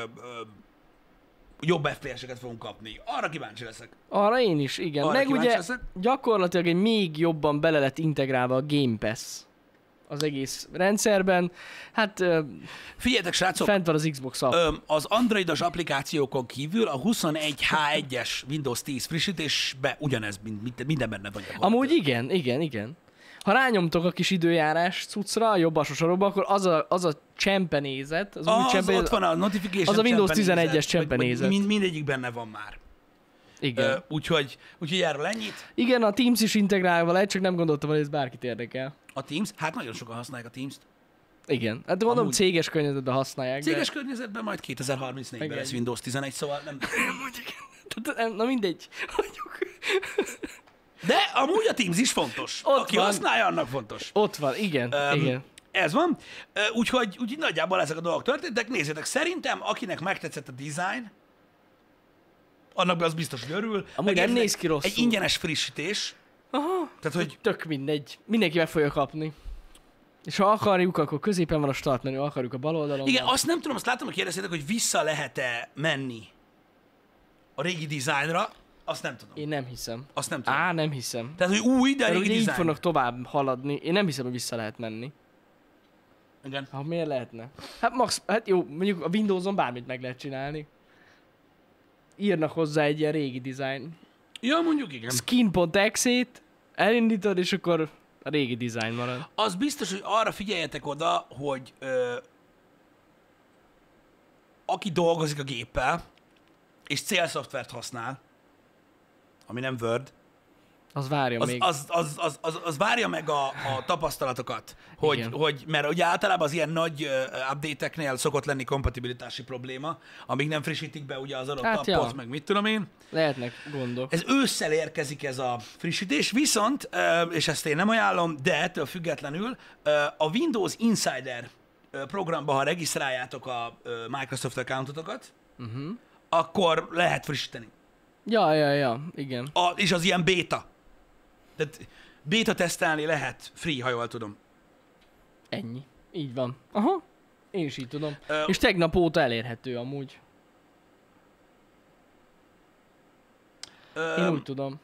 [SPEAKER 1] jobb FPS-eket fogunk kapni. Arra kíváncsi leszek.
[SPEAKER 2] Arra én is, igen.
[SPEAKER 1] Arra
[SPEAKER 2] Meg
[SPEAKER 1] kíváncsi
[SPEAKER 2] ugye
[SPEAKER 1] leszek.
[SPEAKER 2] gyakorlatilag egy még jobban bele lett integrálva a Game Pass az egész rendszerben. Hát ö,
[SPEAKER 1] Figyeljetek, srácok,
[SPEAKER 2] fent van az Xbox app.
[SPEAKER 1] Öm, az androidos applikációkon kívül a 21H1-es Windows 10 frissítésbe ugyanez mind- mind- minden benne van. gyakorlatilag.
[SPEAKER 2] Amúgy igen, igen, igen. Ha rányomtok a kis időjárás cuccra, a jobb alsó sarokba, akkor az a, az a csempenézet, az, új
[SPEAKER 1] az,
[SPEAKER 2] csempenézet,
[SPEAKER 1] ott van a notification
[SPEAKER 2] az a Windows
[SPEAKER 1] csempenézet,
[SPEAKER 2] 11-es csempenézet.
[SPEAKER 1] vagy- vagy Mind, mindegyik benne van már.
[SPEAKER 2] igen.
[SPEAKER 1] Ö, úgyhogy, úgyhogy erről ennyit.
[SPEAKER 2] igen, a Teams is integrálva lehet, csak nem gondoltam, hogy ez bárkit érdekel.
[SPEAKER 1] A Teams, hát nagyon sokan használják a Teams-t.
[SPEAKER 2] Igen. Hát gondolom
[SPEAKER 1] Amúgy.
[SPEAKER 2] céges környezetben használják,
[SPEAKER 1] Céges
[SPEAKER 2] de...
[SPEAKER 1] környezetben majd 2034-ben
[SPEAKER 2] Igen.
[SPEAKER 1] lesz Windows 11, szóval nem...
[SPEAKER 2] Amúgy igen. Tehát, em, Na mindegy. Hagyjuk.
[SPEAKER 1] De amúgy a Teams is fontos.
[SPEAKER 2] Ott
[SPEAKER 1] Aki
[SPEAKER 2] van.
[SPEAKER 1] használja, annak fontos.
[SPEAKER 2] Ott van, igen,
[SPEAKER 1] Öm,
[SPEAKER 2] igen.
[SPEAKER 1] Ez van. Ö, Úgyhogy, úgyhogy nagyjából ezek a dolgok történtek. Nézzétek, szerintem akinek megtetszett a design, annak az biztos, hogy örül.
[SPEAKER 2] Amúgy
[SPEAKER 1] Meg
[SPEAKER 2] nem
[SPEAKER 1] ez
[SPEAKER 2] néz ki rosszul.
[SPEAKER 1] Egy ingyenes frissítés.
[SPEAKER 2] Aha.
[SPEAKER 1] Tehát, hogy
[SPEAKER 2] Tök mindegy. Mindenki meg fogja kapni. És ha akarjuk, akkor középen van a start menü, ha akarjuk a bal oldalon.
[SPEAKER 1] igen,
[SPEAKER 2] van.
[SPEAKER 1] azt nem tudom, azt látom, hogy kérdeztétek, hogy vissza lehet-e menni a régi dizájnra, azt nem tudom.
[SPEAKER 2] Én nem hiszem.
[SPEAKER 1] Azt nem tudom.
[SPEAKER 2] Á, nem hiszem.
[SPEAKER 1] Tehát, hogy új, de a
[SPEAKER 2] Mert
[SPEAKER 1] régi
[SPEAKER 2] ugye így
[SPEAKER 1] dizájn.
[SPEAKER 2] fognak tovább haladni. Én nem hiszem, hogy vissza lehet menni.
[SPEAKER 1] Igen.
[SPEAKER 2] Ha miért lehetne? Hát max, hát jó, mondjuk a Windows-on bármit meg lehet csinálni. Írnak hozzá egy ilyen régi design.
[SPEAKER 1] Ja, mondjuk igen.
[SPEAKER 2] Skin.exe-t elindítod, és akkor a régi design marad.
[SPEAKER 1] Az biztos, hogy arra figyeljetek oda, hogy ö, aki dolgozik a géppel, és célszoftvert használ, ami nem Word,
[SPEAKER 2] Az várja
[SPEAKER 1] az,
[SPEAKER 2] még.
[SPEAKER 1] az, az, az, az, az várja meg a, a tapasztalatokat, hogy,
[SPEAKER 2] Igen.
[SPEAKER 1] hogy, mert ugye általában az ilyen nagy ö, update-eknél szokott lenni kompatibilitási probléma, amíg nem frissítik be ugye az adott
[SPEAKER 2] Hát
[SPEAKER 1] appot,
[SPEAKER 2] ja.
[SPEAKER 1] meg mit tudom én.
[SPEAKER 2] Lehetnek gondok.
[SPEAKER 1] Ez ősszel érkezik ez a frissítés, viszont, ö, és ezt én nem ajánlom, de ettől függetlenül ö, a Windows Insider ö, programba, ha regisztráljátok a ö, Microsoft accountotokat,
[SPEAKER 2] Mhm.
[SPEAKER 1] uh-huh. akkor lehet frissíteni.
[SPEAKER 2] Ja, ja, ja, igen.
[SPEAKER 1] A, és az ilyen beta. Tehát beta tesztelni lehet, free, ha jól tudom.
[SPEAKER 2] Ennyi. Így van. Aha. Én is így tudom.
[SPEAKER 1] Ö,
[SPEAKER 2] És tegnap óta elérhető amúgy. Én
[SPEAKER 1] Ö,
[SPEAKER 2] úgy tudom.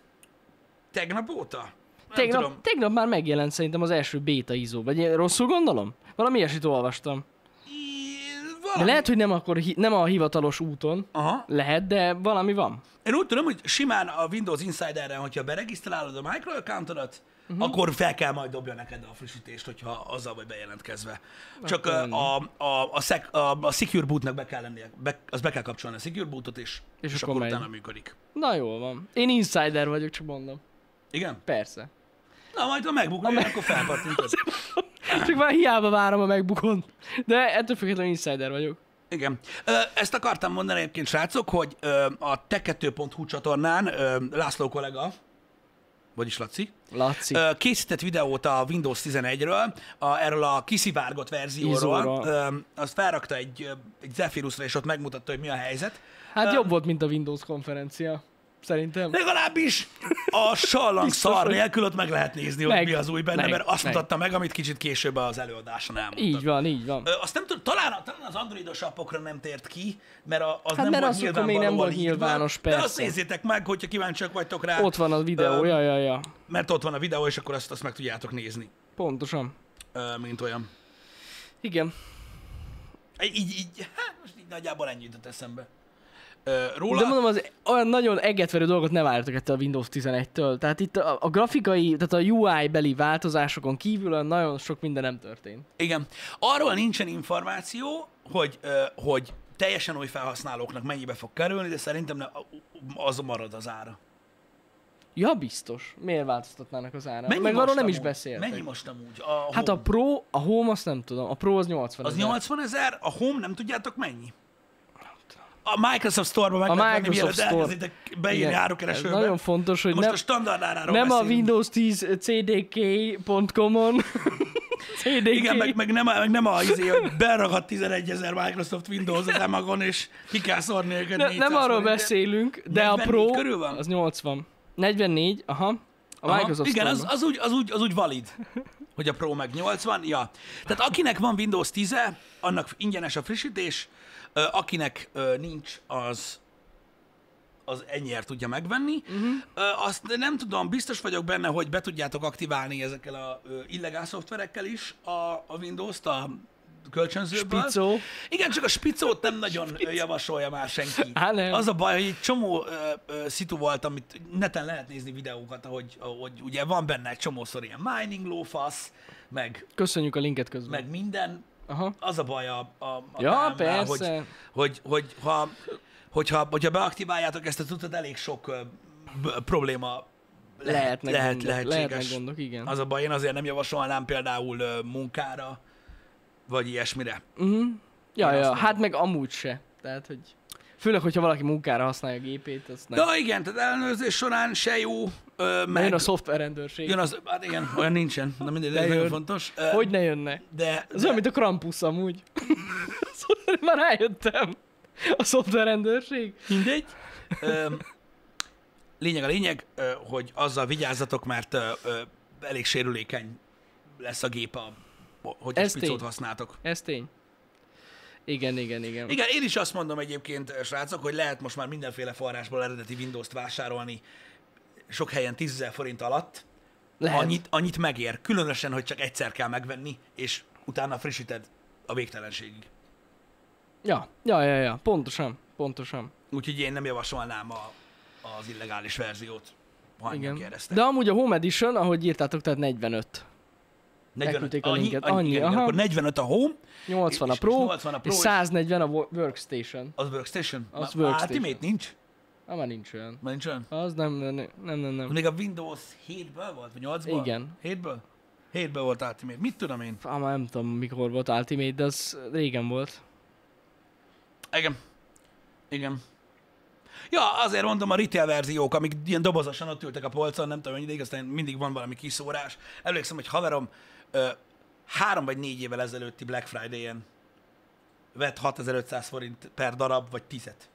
[SPEAKER 1] tegnap óta? Nem
[SPEAKER 2] Tegnap,
[SPEAKER 1] tudom.
[SPEAKER 2] tegnap már megjelent szerintem az első beta izó. Vagy én rosszul gondolom? Valami ilyesmit olvastam.
[SPEAKER 1] Í-
[SPEAKER 2] De
[SPEAKER 1] Valami.
[SPEAKER 2] lehet, hogy nem, akkor, hi- nem a hivatalos úton.
[SPEAKER 1] Aha.
[SPEAKER 2] Lehet, de valami van.
[SPEAKER 1] Én úgy tudom, hogy simán a Windows Insider-re, hogyha beregisztrálod a microaccountodat,
[SPEAKER 2] Mhm.
[SPEAKER 1] uh-huh. akkor fel kell majd dobja neked a frissítést, hogyha azzal vagy bejelentkezve. Csak ö, a, a, a, sec, a, a Secure Bootnak be kell lennie, be, az be kell kapcsolni a Secure Bootot, és, és,
[SPEAKER 2] És
[SPEAKER 1] és
[SPEAKER 2] akkor
[SPEAKER 1] akkor
[SPEAKER 2] megy.
[SPEAKER 1] utána működik.
[SPEAKER 2] Na jól van. Én insider vagyok, csak mondom.
[SPEAKER 1] Igen?
[SPEAKER 2] Persze.
[SPEAKER 1] Na, majd ha megbukni, akkor felpattintod.
[SPEAKER 2] Csak már hiába várom a megbukon. De ettől függetlenül insider vagyok.
[SPEAKER 1] Igen. Ö, Ezt akartam mondani egyébként, srácok, hogy ö, a teke2.hu csatornán ö, László kollega, vagyis Laci,
[SPEAKER 2] Laci.
[SPEAKER 1] ö, készített videót a Windows 11-ről, a, erről a kiszivárgott verzióról.
[SPEAKER 2] Izóra.
[SPEAKER 1] Ö, Azt felrakta egy, ö, egy Zephyrusra, és ott megmutatta, hogy mi a helyzet.
[SPEAKER 2] Hát jobb volt, mint a Windows konferencia. Szerintem.
[SPEAKER 1] Legalábbis a sallang
[SPEAKER 2] Biztos,
[SPEAKER 1] szar
[SPEAKER 2] hogy-
[SPEAKER 1] nélkül ott meg lehet nézni, hogy
[SPEAKER 2] Meg,
[SPEAKER 1] mi az új benne,
[SPEAKER 2] meg,
[SPEAKER 1] mert azt
[SPEAKER 2] meg.
[SPEAKER 1] mutatta meg, amit kicsit később az előadáson elmondta.
[SPEAKER 2] Így van, így van.
[SPEAKER 1] Ö, azt nem tudom, talán, talán az androidos appokra nem tért ki, mert a- az
[SPEAKER 2] Hát
[SPEAKER 1] nem
[SPEAKER 2] mert
[SPEAKER 1] volt
[SPEAKER 2] azokon még nem volt
[SPEAKER 1] nyilvánvalóan így
[SPEAKER 2] nyilvános,
[SPEAKER 1] van, De azt
[SPEAKER 2] persze.
[SPEAKER 1] nézzétek meg, hogyha kíváncsiak vagytok rá,
[SPEAKER 2] Ott van a videó,
[SPEAKER 1] Ö,
[SPEAKER 2] ja, ja, ja.
[SPEAKER 1] mert ott van a videó, és akkor azt, azt meg tudjátok nézni,
[SPEAKER 2] Pontosan.
[SPEAKER 1] ö, mint olyan.
[SPEAKER 2] Igen.
[SPEAKER 1] Így, így, hát most így nagyjából ennyi jutott eszembe. Ö, Róla,
[SPEAKER 2] De mondom, az olyan nagyon egetverő dolgot ne várjatok ettől a Windows 11-től. Tehát itt a, a grafikai, tehát a UI beli változásokon kívül olyan nagyon sok minden nem történt.
[SPEAKER 1] Igen. Arról nincsen információ, hogy, ö, hogy teljesen új felhasználóknak mennyibe fog kerülni, de szerintem ne- az marad az ára.
[SPEAKER 2] Ja, biztos. Miért változtatnának az árára? Meg
[SPEAKER 1] most
[SPEAKER 2] arról nem is
[SPEAKER 1] amúgy?
[SPEAKER 2] beszéltek.
[SPEAKER 1] Mennyi most amúgy? A
[SPEAKER 2] Hát a
[SPEAKER 1] Home.
[SPEAKER 2] Pro, a Home azt nem tudom. A Pro az 80
[SPEAKER 1] Az
[SPEAKER 2] ezer.
[SPEAKER 1] 80 ezer, a Home nem tudjátok mennyi? A Microsoft Store-ba meg
[SPEAKER 2] A
[SPEAKER 1] lehet venni,
[SPEAKER 2] Microsoft
[SPEAKER 1] mielőtt
[SPEAKER 2] Store.
[SPEAKER 1] elkezditek beírni
[SPEAKER 2] Igen.
[SPEAKER 1] árukeresőbe.
[SPEAKER 2] Ez Nagyon fontos, hogy
[SPEAKER 1] Most
[SPEAKER 2] nem,
[SPEAKER 1] a standard áráról
[SPEAKER 2] nem a
[SPEAKER 1] beszélünk.
[SPEAKER 2] Windows 10 cdk.com-on. CDK.
[SPEAKER 1] Igen, meg, meg, nem, a- meg nem a izé, hogy beragadt 11 ezer Microsoft Windows az Amazon, és ki kell szórni őket
[SPEAKER 2] ne,
[SPEAKER 1] 400
[SPEAKER 2] nem arról
[SPEAKER 1] forintért.
[SPEAKER 2] beszélünk, de a
[SPEAKER 1] 44
[SPEAKER 2] Pro
[SPEAKER 1] körül van?
[SPEAKER 2] az 80. 44, aha. A
[SPEAKER 1] Aha,
[SPEAKER 2] Microsoft
[SPEAKER 1] Igen, az,
[SPEAKER 2] Store-ban.
[SPEAKER 1] az, úgy, az, úgy, az úgy valid, hogy a Pro meg 80, ja. Tehát akinek van Windows 10 -e, annak ingyenes a frissítés, ö, akinek ö, nincs, az az ennyiért tudja megvenni.
[SPEAKER 2] Mhm.
[SPEAKER 1] Uh-huh. Azt nem tudom, biztos vagyok benne, hogy be tudjátok aktiválni ezekkel a ö, illegál szoftverekkel is a, a Windows-t, a kölcsönzőből.
[SPEAKER 2] Spicó.
[SPEAKER 1] Igen, csak a spicót nem nagyon ö, javasolja már senki.
[SPEAKER 2] Á, nem.
[SPEAKER 1] Az a baj, hogy egy csomó ö, ö, szitu volt, amit neten lehet nézni videókat, ahogy, ahogy ugye van benne egy csomószor ilyen mining lófasz, meg,
[SPEAKER 2] Köszönjük a linket közben.
[SPEAKER 1] meg minden.
[SPEAKER 2] Aha.
[SPEAKER 1] Az a baj a, a, a
[SPEAKER 2] Ja,
[SPEAKER 1] támnál,
[SPEAKER 2] persze.
[SPEAKER 1] Hogy, hogy, hogy ha, hogyha, hogyha beaktiváljátok ezt, akkor tudod, elég sok ö, b- probléma lehet,
[SPEAKER 2] Lehetnek,
[SPEAKER 1] lehet,
[SPEAKER 2] gondok, lehetnek
[SPEAKER 1] lehetséges.
[SPEAKER 2] gondok, igen.
[SPEAKER 1] az a baj, én azért nem javasolnám például ö, munkára, vagy ilyesmire.
[SPEAKER 2] ja,
[SPEAKER 1] azt
[SPEAKER 2] ja,
[SPEAKER 1] mondom.
[SPEAKER 2] hát meg amúgy se. Tehát, hogy főleg, hogyha valaki munkára használja a gépét, azt nem.
[SPEAKER 1] Ja, igen, tehát ellenőrzés során se jó, ö,
[SPEAKER 2] Meg...
[SPEAKER 1] meg
[SPEAKER 2] Jön a szoftverrendőrség.
[SPEAKER 1] Jön az, hát igen, olyan nincsen, de mindegy, ez
[SPEAKER 2] De
[SPEAKER 1] nagyon
[SPEAKER 2] jön.
[SPEAKER 1] fontos. Ö,
[SPEAKER 2] Hogy ne jönne?
[SPEAKER 1] De,
[SPEAKER 2] Ez olyan,
[SPEAKER 1] de,
[SPEAKER 2] mint a Krampus amúgy. szóval már rájöttem. A szoftverrendőrség.
[SPEAKER 1] mindegy. Öm, Lényeg a lényeg, ö, hogy azzal vigyázzatok, mert ö, ö, elég sérülékeny lesz a gép, a, hogy
[SPEAKER 2] Ez
[SPEAKER 1] ezt picót
[SPEAKER 2] tény.
[SPEAKER 1] használtok.
[SPEAKER 2] Ez tény. Igen, igen, igen.
[SPEAKER 1] Igen, én is azt mondom egyébként, ö, srácok, hogy lehet most már mindenféle forrásból eredeti Windows-t vásárolni sok helyen 10 000 forint alatt.
[SPEAKER 2] Lehet.
[SPEAKER 1] Annyit, annyit megér, különösen, hogy csak egyszer kell megvenni, és utána frissíted a végtelenségig.
[SPEAKER 2] Ja, ja, ja, ja. Pontosan, pontosan.
[SPEAKER 1] Úgyhogy én nem javasolnám a, az illegális verziót, ha engem
[SPEAKER 2] Igen.
[SPEAKER 1] kérdeztek.
[SPEAKER 2] De amúgy a Home Edition, ahogy írtátok, tehát 45. elküldték a
[SPEAKER 1] annyi,
[SPEAKER 2] linket.
[SPEAKER 1] annyi,
[SPEAKER 2] Annyi,
[SPEAKER 1] igen, igen,
[SPEAKER 2] aha.
[SPEAKER 1] akkor 45 a Home,
[SPEAKER 2] 80 a
[SPEAKER 1] És- és
[SPEAKER 2] Pro,
[SPEAKER 1] 80 a Pro,
[SPEAKER 2] és
[SPEAKER 1] és-
[SPEAKER 2] 140 a wo- Workstation.
[SPEAKER 1] az Workstation.
[SPEAKER 2] Az
[SPEAKER 1] Már- már
[SPEAKER 2] Workstation.
[SPEAKER 1] Ultimate nincs?
[SPEAKER 2] Na, már nincs olyan.
[SPEAKER 1] Már nincs olyan?
[SPEAKER 2] Az nem, nem, nem, nem. nem.
[SPEAKER 1] Még a Windows 7-ből volt, vagy 8-ból?
[SPEAKER 2] Igen.
[SPEAKER 1] 7-ből? 7-ből volt Ultimate. Mit tudom én?
[SPEAKER 2] Á, már nem tudom, mikor volt Ultimate, de az régen volt.
[SPEAKER 1] Igen. Igen. Ja, azért mondom, a retail verziók, amik ilyen dobozosan ott ültek a polcon, nem tudom, hogy ideig, aztán mindig van valami kiszórás. Emlékszem, hogy haverom ö, három vagy négy évvel ezelőtti Black Friday-en vett 6500 forint per darab, vagy tizet.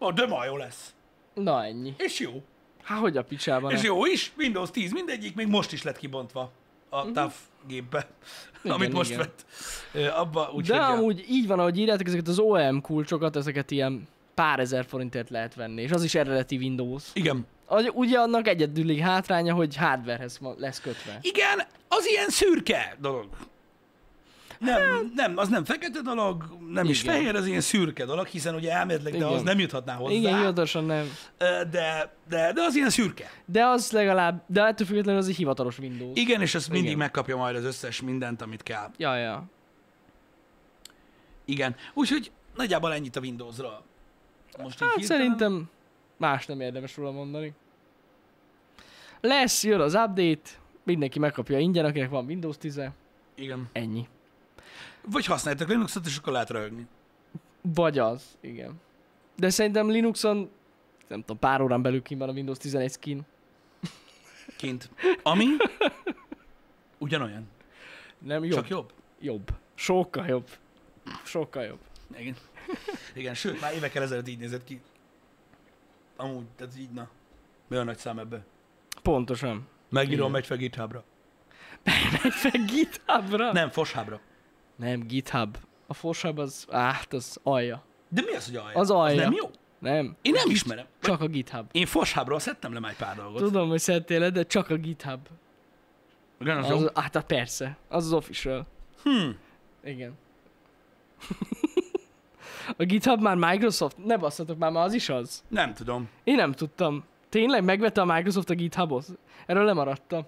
[SPEAKER 1] Ó, de ma jó lesz.
[SPEAKER 2] Na ennyi.
[SPEAKER 1] És jó.
[SPEAKER 2] Hát hogy a picsában?
[SPEAKER 1] És
[SPEAKER 2] ne?
[SPEAKER 1] jó is, Windows 10 mindegyik, még most is lett kibontva a uh-huh. TAF gépbe, amit
[SPEAKER 2] Mhm. Igen,
[SPEAKER 1] most
[SPEAKER 2] igen.
[SPEAKER 1] vett. Ö, abba úgy,
[SPEAKER 2] De
[SPEAKER 1] hogy ja.
[SPEAKER 2] amúgy így van, ahogy írjátok ezeket az OEM kulcsokat, ezeket ilyen pár ezer forintért lehet venni, és az is eredeti Windows.
[SPEAKER 1] Igen.
[SPEAKER 2] Az, ugye annak egyedüli hátránya, hogy hardwarehez ma- lesz kötve.
[SPEAKER 1] Igen, az ilyen szürke dolog. Nem, nem, az nem fekete dolog, nem Igen. is
[SPEAKER 2] Hát. Igen.
[SPEAKER 1] fehér, az ilyen szürke dolog, hiszen ugye elméletileg, de
[SPEAKER 2] Igen.
[SPEAKER 1] az nem juthatná hozzá,
[SPEAKER 2] Igen,
[SPEAKER 1] Igen,
[SPEAKER 2] hivatalosan nem.
[SPEAKER 1] de, de, de az ilyen szürke.
[SPEAKER 2] De az legalább, de ettől függetlenül az egy hivatalos Windows.
[SPEAKER 1] Igen, és az mindig
[SPEAKER 2] Igen.
[SPEAKER 1] megkapja majd az összes mindent, amit kell.
[SPEAKER 2] ja, ja.
[SPEAKER 1] Hát Igen, úgyhogy nagyjából ennyit a Windowsra. Most így
[SPEAKER 2] Hát
[SPEAKER 1] hirtelen.
[SPEAKER 2] szerintem más nem érdemes róla mondani. Lesz, jön az update, mindenki megkapja ingyen, akinek van Windows 10
[SPEAKER 1] Igen.
[SPEAKER 2] Ennyi.
[SPEAKER 1] Vagy használjátok Linuxot, és akkor lehet röhögni.
[SPEAKER 2] Vagy az, igen. De szerintem Linuxon, nem tudom, pár órán belül kint van a Windows 11 skin.
[SPEAKER 1] Kint. Ami ugyanolyan.
[SPEAKER 2] Nem
[SPEAKER 1] Jobb.
[SPEAKER 2] jobb.
[SPEAKER 1] Csak jobb.
[SPEAKER 2] Jobb. Sokkal jobb. Sokkal jobb.
[SPEAKER 1] Igen. Igen, sőt, már évekkel ezelőtt így nézett ki. Amúgy, tehát így na. Mi a nagy szám ebbe?
[SPEAKER 2] Pontosan.
[SPEAKER 1] Megírom,
[SPEAKER 2] Igen.
[SPEAKER 1] megy fel GitHubra.
[SPEAKER 2] Megy fel GitHubra?
[SPEAKER 1] Nem, foshábra.
[SPEAKER 2] Nem, GitHub. A forsabb az, áh, az alja.
[SPEAKER 1] De mi az, hogy alja?
[SPEAKER 2] Az alja.
[SPEAKER 1] nem jó?
[SPEAKER 2] Nem.
[SPEAKER 1] Én nem ismerem.
[SPEAKER 2] Csak a GitHub.
[SPEAKER 1] Én foshábról szedtem le már egy pár dolgot.
[SPEAKER 2] Tudom, hogy szeretél, de csak a GitHub.
[SPEAKER 1] Igen, az jó.
[SPEAKER 2] Az, hát hát persze, az az official.
[SPEAKER 1] Hm.
[SPEAKER 2] Igen. a GitHub már Microsoft? Ne basszatok már, már az is az.
[SPEAKER 1] Nem tudom.
[SPEAKER 2] Én nem tudtam. Tényleg megvette a Microsoft a GitHubot? Erről lemaradtam.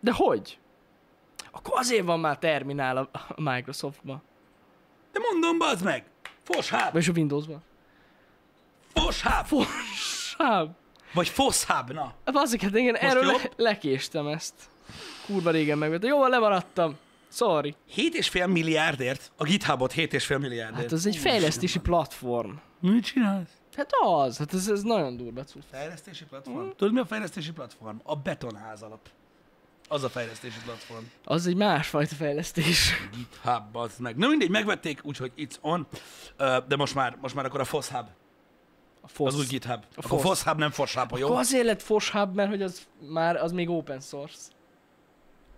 [SPEAKER 2] De hogy? Akkor azért van már terminál a a Microsoftban.
[SPEAKER 1] De mondom, bazd meg! Fosháb!
[SPEAKER 2] Vagyis a Windowsban.
[SPEAKER 1] Fosháb!
[SPEAKER 2] Sáv!
[SPEAKER 1] Vagy foszháb, na.
[SPEAKER 2] Baszik, hát igen, erről le-
[SPEAKER 1] jobb?
[SPEAKER 2] lekéstem ezt. Kurva régen megvette. Jóval lemaradtam. Sorry.
[SPEAKER 1] 7,5 milliárdért? A GitHubot 7,5 milliárdért.
[SPEAKER 2] Hát ez egy fejlesztési platform.
[SPEAKER 1] Mit csinálsz?
[SPEAKER 2] Hát az, hát ez, ez nagyon durva cucc.
[SPEAKER 1] Fejlesztési platform? Mhm. Tudod, mi a fejlesztési platform? A betonház alap. Az a fejlesztési platform.
[SPEAKER 2] Az egy másfajta fejlesztés.
[SPEAKER 1] GitHub, az meg. Na mindegy, megvették, úgyhogy it's on. Ö, De most már, most már akkor a FossHub.
[SPEAKER 2] A
[SPEAKER 1] Az
[SPEAKER 2] FOSS.
[SPEAKER 1] úgy GitHub. A akkor
[SPEAKER 2] Foss.
[SPEAKER 1] FossHub nem FossHub, ha jó?
[SPEAKER 2] Akkor azért lett FOSS Hub, mert hogy az már az még open source.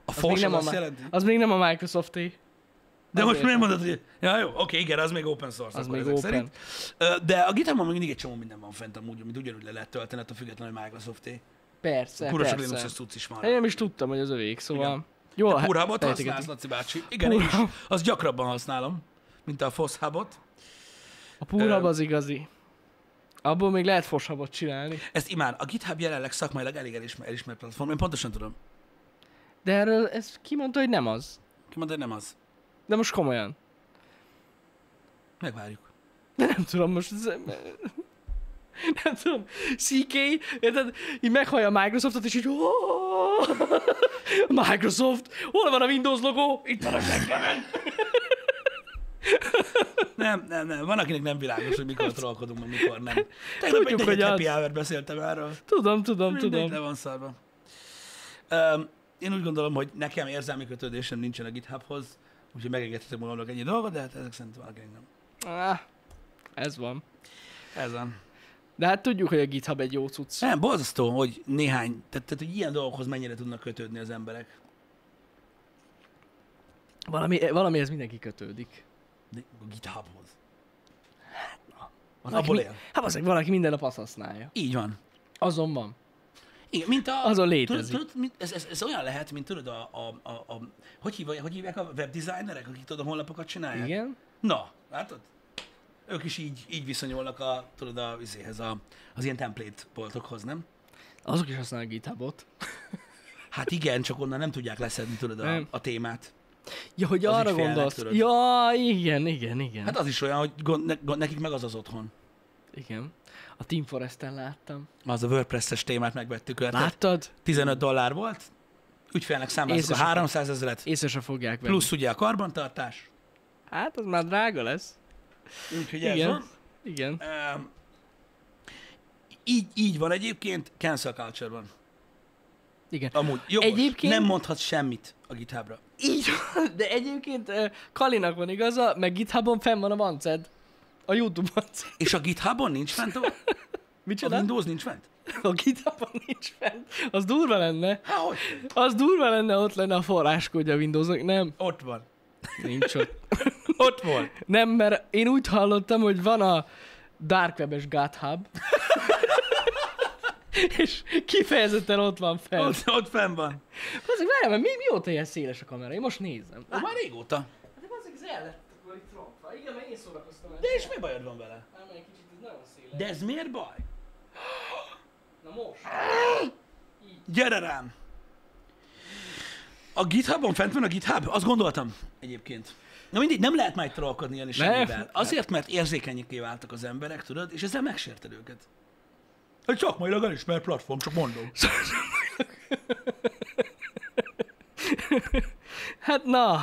[SPEAKER 1] A
[SPEAKER 2] Az, még
[SPEAKER 1] Foss az
[SPEAKER 2] nem, a,
[SPEAKER 1] azt
[SPEAKER 2] ma-
[SPEAKER 1] jelenti.
[SPEAKER 2] az még nem a Microsoft-é.
[SPEAKER 1] De most
[SPEAKER 2] azért.
[SPEAKER 1] miért mondod, hogy... Ja, jó, oké, igen, az még open source.
[SPEAKER 2] Az
[SPEAKER 1] akkor
[SPEAKER 2] még
[SPEAKER 1] ezek
[SPEAKER 2] open.
[SPEAKER 1] szerint. Ö, De a GitHubon még mindig egy csomó minden van fent amúgy, amit ugyanúgy le lehet tölteni, attól függetlenül, hogy Microsoft-é.
[SPEAKER 2] Persze,
[SPEAKER 1] Kurasok Linuxos
[SPEAKER 2] persze.
[SPEAKER 1] cucc is van.
[SPEAKER 2] Én nem is tudtam, hogy az övék, szóval... Igen. Jó, hát-
[SPEAKER 1] Purhabot
[SPEAKER 2] fejtegetik.
[SPEAKER 1] használsz, Laci bácsi? Igen, én is.
[SPEAKER 2] Purhub.
[SPEAKER 1] Azt gyakrabban használom, mint a foszhabot.
[SPEAKER 2] A púrhab
[SPEAKER 1] Ö,
[SPEAKER 2] az igazi. Abból még lehet foshabot csinálni.
[SPEAKER 1] Ezt imán, a GitHub jelenleg szakmailag elég elismer, elismert platform, én pontosan tudom.
[SPEAKER 2] De erről ez kimondta, hogy nem az.
[SPEAKER 1] Ki mondta, hogy nem az.
[SPEAKER 2] De most komolyan.
[SPEAKER 1] Megvárjuk.
[SPEAKER 2] De nem tudom, most ez... Nem tudom, CK, érted, így meghallja a Microsoftot, és így... Microsoft, hol van a Windows logó? Itt van a zsebben.
[SPEAKER 1] Nem, nem, nem. Van, akinek nem világos, hogy mikor trollkodunk, meg mikor nem. Tegnap
[SPEAKER 2] Hát. Tudjuk,
[SPEAKER 1] egy
[SPEAKER 2] hogy
[SPEAKER 1] hogy
[SPEAKER 2] az.
[SPEAKER 1] happy hour beszéltem erről.
[SPEAKER 2] Tudom, tudom,
[SPEAKER 1] Mindegy,
[SPEAKER 2] tudom.
[SPEAKER 1] le van szarva. Um, én úgy gondolom, hogy nekem érzelmi kötődésem nincsen a GitHubhoz, úgyhogy megengedhetem magamnak ennyi dolgot, de hát ezek szerint valakinek nem.
[SPEAKER 2] Ah, ez van.
[SPEAKER 1] Ez van.
[SPEAKER 2] De hát tudjuk, hogy a GitHub egy jó cucc.
[SPEAKER 1] Nem, borzasztó, hogy néhány, tehát, tehát hogy ilyen dolgokhoz mennyire tudnak kötődni az emberek.
[SPEAKER 2] Valami, valamihez mindenki kötődik.
[SPEAKER 1] De a GitHubhoz. Hát,
[SPEAKER 2] Valaki,
[SPEAKER 1] Abból
[SPEAKER 2] mi-
[SPEAKER 1] él.
[SPEAKER 2] Hát azért valaki minden nap azt használja.
[SPEAKER 1] Így van.
[SPEAKER 2] Azon van.
[SPEAKER 1] Igen, mint a...
[SPEAKER 2] Azon
[SPEAKER 1] Tudod,
[SPEAKER 2] létezik.
[SPEAKER 1] tudod, mint- ez, ez, ez, olyan lehet, mint tudod, a, a, a, a hogy, hívják, hogy hívják a webdesignerek, akik tudod, a honlapokat csinálják?
[SPEAKER 2] Igen?
[SPEAKER 1] Na, látod? Ők is így, így viszonyulnak a, tudod, a, izéhez, a, az ilyen template boltokhoz, nem?
[SPEAKER 2] Azok is használnak GitHubot.
[SPEAKER 1] Hát igen, csak onnan nem tudják leszedni, tudod, a,
[SPEAKER 2] Nem.
[SPEAKER 1] a témát.
[SPEAKER 2] Ja, hogy
[SPEAKER 1] Az
[SPEAKER 2] arra
[SPEAKER 1] ügyfélnek,
[SPEAKER 2] gondolsz.
[SPEAKER 1] tudod.
[SPEAKER 2] Ja, igen, igen, igen.
[SPEAKER 1] Hát az is olyan, hogy gond, ne, gond, nekik meg az az otthon.
[SPEAKER 2] Igen. A Team Forest-en láttam.
[SPEAKER 1] Az a WordPress-es témát megvettük, érted?
[SPEAKER 2] Láttad?
[SPEAKER 1] 15 dollár volt, ügyfélnek számláztuk a
[SPEAKER 2] Észre se-
[SPEAKER 1] 300 ezeret,
[SPEAKER 2] Észre se fogják venni.
[SPEAKER 1] plusz ugye a karbantartás,
[SPEAKER 2] Hát az már drága lesz.
[SPEAKER 1] úgyhogy ez
[SPEAKER 2] Igen.
[SPEAKER 1] van.
[SPEAKER 2] Igen.
[SPEAKER 1] Ehm, Így, így van egyébként, cancel culture van.
[SPEAKER 2] Igen.
[SPEAKER 1] Amúgy jogos,
[SPEAKER 2] Egyébként-
[SPEAKER 1] nem mondhat semmit a GitHubra.
[SPEAKER 2] Így van, de egyébként ö, Kalinak van igaza, meg GitHubon fenn van a Vanced. A YouTube Vanced.
[SPEAKER 1] És a GitHubon nincs fent a, a
[SPEAKER 2] Micsoda?
[SPEAKER 1] Windows nincs fent?
[SPEAKER 2] A GitHubon nincs fent. Az durva lenne.
[SPEAKER 1] Há, hogy?
[SPEAKER 2] Az durva lenne, ott lenne a forráskódja a Windowsnak. Nem,
[SPEAKER 1] Ott van.
[SPEAKER 2] nincs ott.
[SPEAKER 1] Ott van.
[SPEAKER 2] Nem, mert én úgy hallottam, hogy van a Dark Web-es GitHub. és kifejezetten ott van fel.
[SPEAKER 1] Ott, ott fenn van.
[SPEAKER 2] Azért várjál, mert mi, mióta ilyen széles a kamera? Én most nézem.
[SPEAKER 1] Ó, már régóta.
[SPEAKER 2] De azért ez el lett akkor itt rontva. Igen, mert én szórakoztam el.
[SPEAKER 1] De és mi bajod van vele?
[SPEAKER 2] Ám egy kicsit, ez nagyon széles.
[SPEAKER 1] De ez miért baj?
[SPEAKER 2] Na most.
[SPEAKER 1] Gyere rám! A GitHubon fent van a GitHub? Azt gondoltam egyébként. Na mindig nem lehet már itt trollkodni Jani
[SPEAKER 2] Nem.
[SPEAKER 1] semmivel. Azért, mert érzékenyekké váltak az emberek, tudod, és ezzel megsérted őket. Egy szakmailag elismert platform, csak mondom.
[SPEAKER 2] Hát na,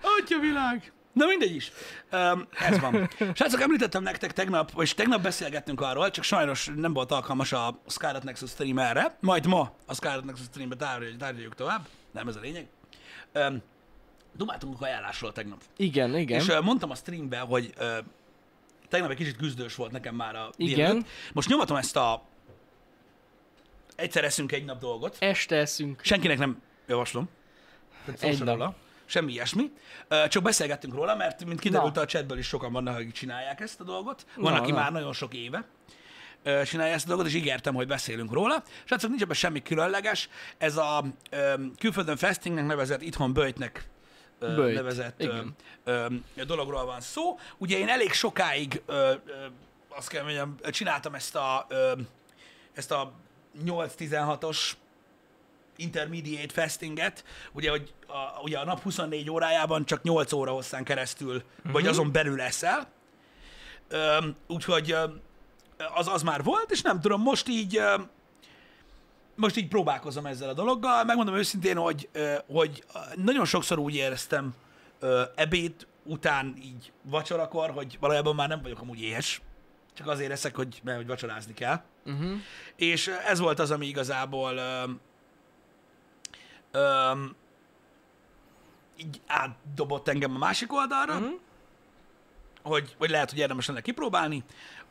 [SPEAKER 1] Atya világ! Na mindegy is. Um, ez van. Srácok, említettem nektek tegnap, és tegnap beszélgettünk arról, csak sajnos nem volt alkalmas a Scarlet Nexus stream erre. Majd ma a Scarlet Nexus streambe tárgyaljuk, tárgyaljuk tovább. Nem ez a lényeg. Um, dumáltunk ajánlásról tegnap.
[SPEAKER 2] igen, igen.
[SPEAKER 1] És uh, mondtam a streamben, hogy uh, tegnap egy kicsit güzdős volt nekem már a
[SPEAKER 2] Igen.
[SPEAKER 1] délelőtt. Most nyomatom ezt a egyszer eszünk egy nap dolgot.
[SPEAKER 2] Este eszünk.
[SPEAKER 1] Senkinek nem javaslom. Tehát szó
[SPEAKER 2] Egy
[SPEAKER 1] se
[SPEAKER 2] nap.
[SPEAKER 1] róla. Semmi ilyesmi. Ö, Csak beszélgettünk róla, mert mint kiderült
[SPEAKER 2] Na.
[SPEAKER 1] a chatből is sokan vannak, akik csinálják ezt a dolgot. Van,
[SPEAKER 2] Na,
[SPEAKER 1] aki
[SPEAKER 2] na.
[SPEAKER 1] már nagyon sok éve ö, csinálja ezt a dolgot, és ígértem, hogy beszélünk róla. Srácok, nincs ebben semmi különleges. Ez a ö, külföldön festingnek nevezett, itthon böjtnek ö,
[SPEAKER 2] Böjt.
[SPEAKER 1] nevezett ö,
[SPEAKER 2] Igen.
[SPEAKER 1] ö, dologról van szó. Ugye én elég sokáig, ö, ö, azt kell mondjam, csináltam ezt a, ö, ezt a 8-16-os intermediate fastinget, ugye, hogy a, ugye a nap 24 órájában csak 8 óra hosszán keresztül, uh-huh. vagy azon belül eszel. Öm, úgyhogy öm, az, az már volt, és nem tudom, most így öm, most így próbálkozom ezzel a dologgal. Megmondom őszintén, hogy, ö, hogy nagyon sokszor úgy éreztem ö, ebéd után így vacsorakor, hogy valójában már nem vagyok amúgy éhes. Csak azért eszek, hogy, mert hogy vacsorázni kell.
[SPEAKER 2] Uh-huh.
[SPEAKER 1] És ö, ez volt az, ami igazából öm, öm, így átdobott engem a másik oldalra,
[SPEAKER 2] Mhm.
[SPEAKER 1] mm-hmm. hogy, hogy lehet, hogy érdemes lenne kipróbálni,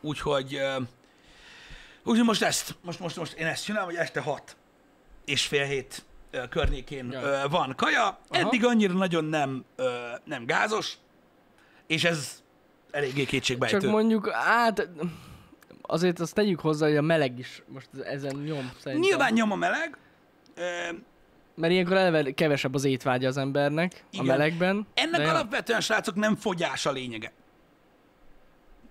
[SPEAKER 1] úgyhogy, öm, úgyhogy most ezt, most, most, most én ezt csinálom, hogy este hat és fél hét ö, környékén
[SPEAKER 2] Jaj.
[SPEAKER 1] ö, van kaja, eddig annyira nagyon nem, ö, nem gázos, és ez eléggé kétségbejtő.
[SPEAKER 2] Csak mondjuk, hát azért azt tegyük hozzá, hogy a meleg is most ezen nyom szerintem.
[SPEAKER 1] Nyilván nyom a meleg, ö,
[SPEAKER 2] Mert ilyenkor eleve kevesebb az étvágya az embernek Igen.
[SPEAKER 1] Igen.
[SPEAKER 2] a melegben.
[SPEAKER 1] Ennek
[SPEAKER 2] de
[SPEAKER 1] De
[SPEAKER 2] ja.
[SPEAKER 1] alapvetően, srácok, nem fogyás a lényege.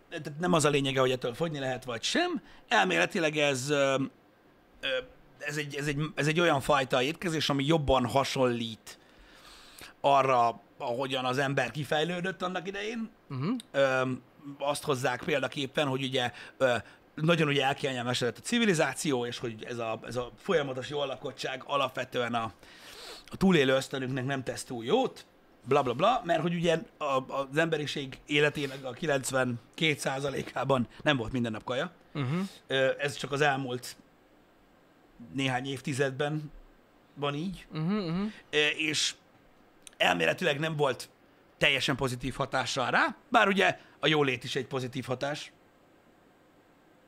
[SPEAKER 1] Tehát nem az a lényege, hogy ettől fogyni lehet, vagy sem. Elméletileg ez, ö, ö, ez, egy, ez, egy, ez egy olyan fajta étkezés, ami jobban hasonlít arra, ahogyan az ember kifejlődött annak idején.
[SPEAKER 2] Mhm.
[SPEAKER 1] Ö, azt hozzák példaképpen, hogy ugye ö, nagyon ugye elkielnyemesedett a civilizáció, és hogy ez a, ez a folyamatos jól lakottság alapvetően a, a túlélő ösztönünknek nem tesz túl jót, bla bla bla, mert hogy ugye a, az emberiség életének a 92%-ában nem volt minden nap kaja.
[SPEAKER 2] Mhm.
[SPEAKER 1] Ö, Ez csak az elmúlt néhány évtizedben van így,
[SPEAKER 2] Mhm, mhm.
[SPEAKER 1] Ö, és elméletileg nem volt teljesen pozitív hatással rá, bár ugye a jólét is egy pozitív hatás,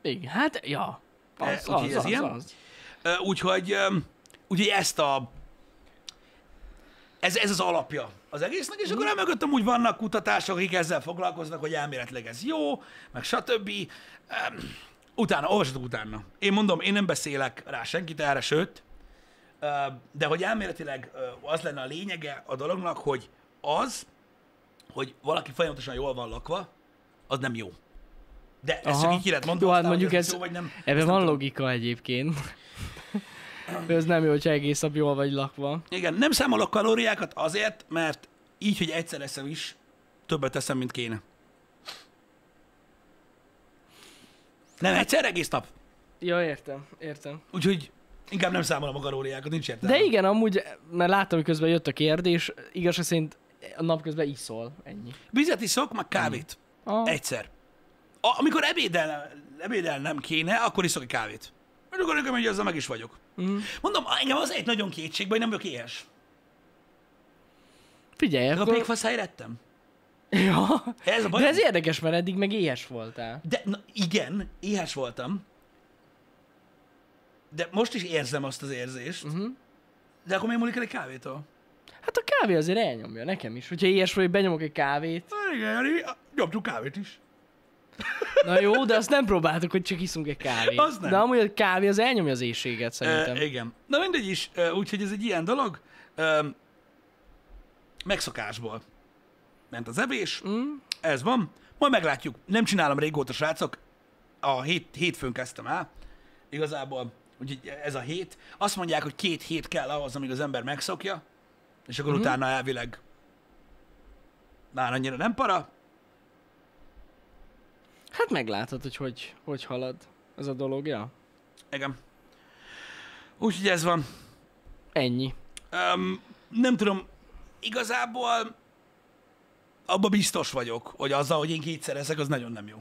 [SPEAKER 2] Igen, hát, ja.
[SPEAKER 1] Eh,
[SPEAKER 2] Az,
[SPEAKER 1] úgyhogy
[SPEAKER 2] az,
[SPEAKER 1] ez
[SPEAKER 2] az,
[SPEAKER 1] ilyen?
[SPEAKER 2] az.
[SPEAKER 1] Ö, Úgyhogy öm, ugye ezt a... Ez, ez az alapja az egésznek, és
[SPEAKER 2] Mhm.
[SPEAKER 1] akkor emögött úgy vannak kutatások, akik ezzel foglalkoznak, hogy elméletileg ez jó, meg stb. Öm, Utána, olvasatok utána. Én mondom, én nem beszélek rá senkit erre, sőt, ö, de hogy elméletileg ö, az lenne a lényege a dolognak, hogy az, hogy valaki folyamatosan jól van lakva, az nem jó. De ezt Aha. csak
[SPEAKER 2] Aha.
[SPEAKER 1] így ki lehet mondani,
[SPEAKER 2] Jó, hát
[SPEAKER 1] aztán, hogy
[SPEAKER 2] mondjuk ez,
[SPEAKER 1] jó vagy nem. ezt
[SPEAKER 2] ebben
[SPEAKER 1] nem
[SPEAKER 2] van
[SPEAKER 1] tudom.
[SPEAKER 2] logika egyébként. ez nem jó, hogyha egész nap jól vagy lakva.
[SPEAKER 1] Igen, nem számolok kalóriákat azért, mert így, hogy egyszer eszem is, többet eszem, mint kéne. Nem,
[SPEAKER 2] Hát-
[SPEAKER 1] egyszer egész nap.
[SPEAKER 2] Ja, értem, értem.
[SPEAKER 1] Úgyhogy inkább nem számolom a kalóriákat, nincs
[SPEAKER 2] De,
[SPEAKER 1] értelme.
[SPEAKER 2] igen, amúgy, mert láttam, hogy közben jött a kérdés, igazság szerint a napközben iszol, ennyi.
[SPEAKER 1] Vizet iszok, meg kávét.
[SPEAKER 2] Ah,
[SPEAKER 1] Egyszer. A, amikor ebédel, ebédel nem kéne, akkor iszok egy kávét. És akkor nekem hogy azzal meg is vagyok.
[SPEAKER 2] Mhm.
[SPEAKER 1] Mondom, engem az egy nagyon kétségbe, hogy nem vagyok éhes.
[SPEAKER 2] Figyelj,
[SPEAKER 1] Meg a
[SPEAKER 2] akkor...
[SPEAKER 1] pékfaszáj rettem.
[SPEAKER 2] Ja.
[SPEAKER 1] Ez a baj.
[SPEAKER 2] De ez érdekes, mert eddig meg éhes voltál.
[SPEAKER 1] De na, igen, éhes voltam. De most is érzem azt az érzést. Uh-huh. De akkor még múlik el egy kávétól?
[SPEAKER 2] Hát a kávé azért elnyomja, nekem is. Hogyha éhes vagy, benyomok egy kávét.
[SPEAKER 1] Hát igen, Jani, nyomjuk kávét is.
[SPEAKER 2] Na jó, de azt nem próbáltuk, hogy csak iszunk egy kávét.
[SPEAKER 1] Az nem.
[SPEAKER 2] De amúgy a kávé az elnyomja az éjséget szerintem.
[SPEAKER 1] E, igen. Na mindegy is, e, úgyhogy ez egy ilyen dolog. E, megszokásból ment az evés,
[SPEAKER 2] Mm?
[SPEAKER 1] ez van. Majd meglátjuk. Nem csinálom régóta, srácok. A hét, hétfőn kezdtem el. Igazából, úgyhogy ez a hét. Azt mondják, hogy két hét kell ahhoz, amíg az ember megszokja, és
[SPEAKER 2] Mhm.
[SPEAKER 1] akkor mm-hmm. utána elvileg már annyira nem para.
[SPEAKER 2] Hát meglátod, hogy hogy, hogy halad ez a dolog, ja.
[SPEAKER 1] Igen. Úgyhogy ez van.
[SPEAKER 2] Ennyi.
[SPEAKER 1] Um, nem tudom, igazából abba biztos vagyok, hogy azzal, hogy én kétszer eszek, az nagyon nem jó.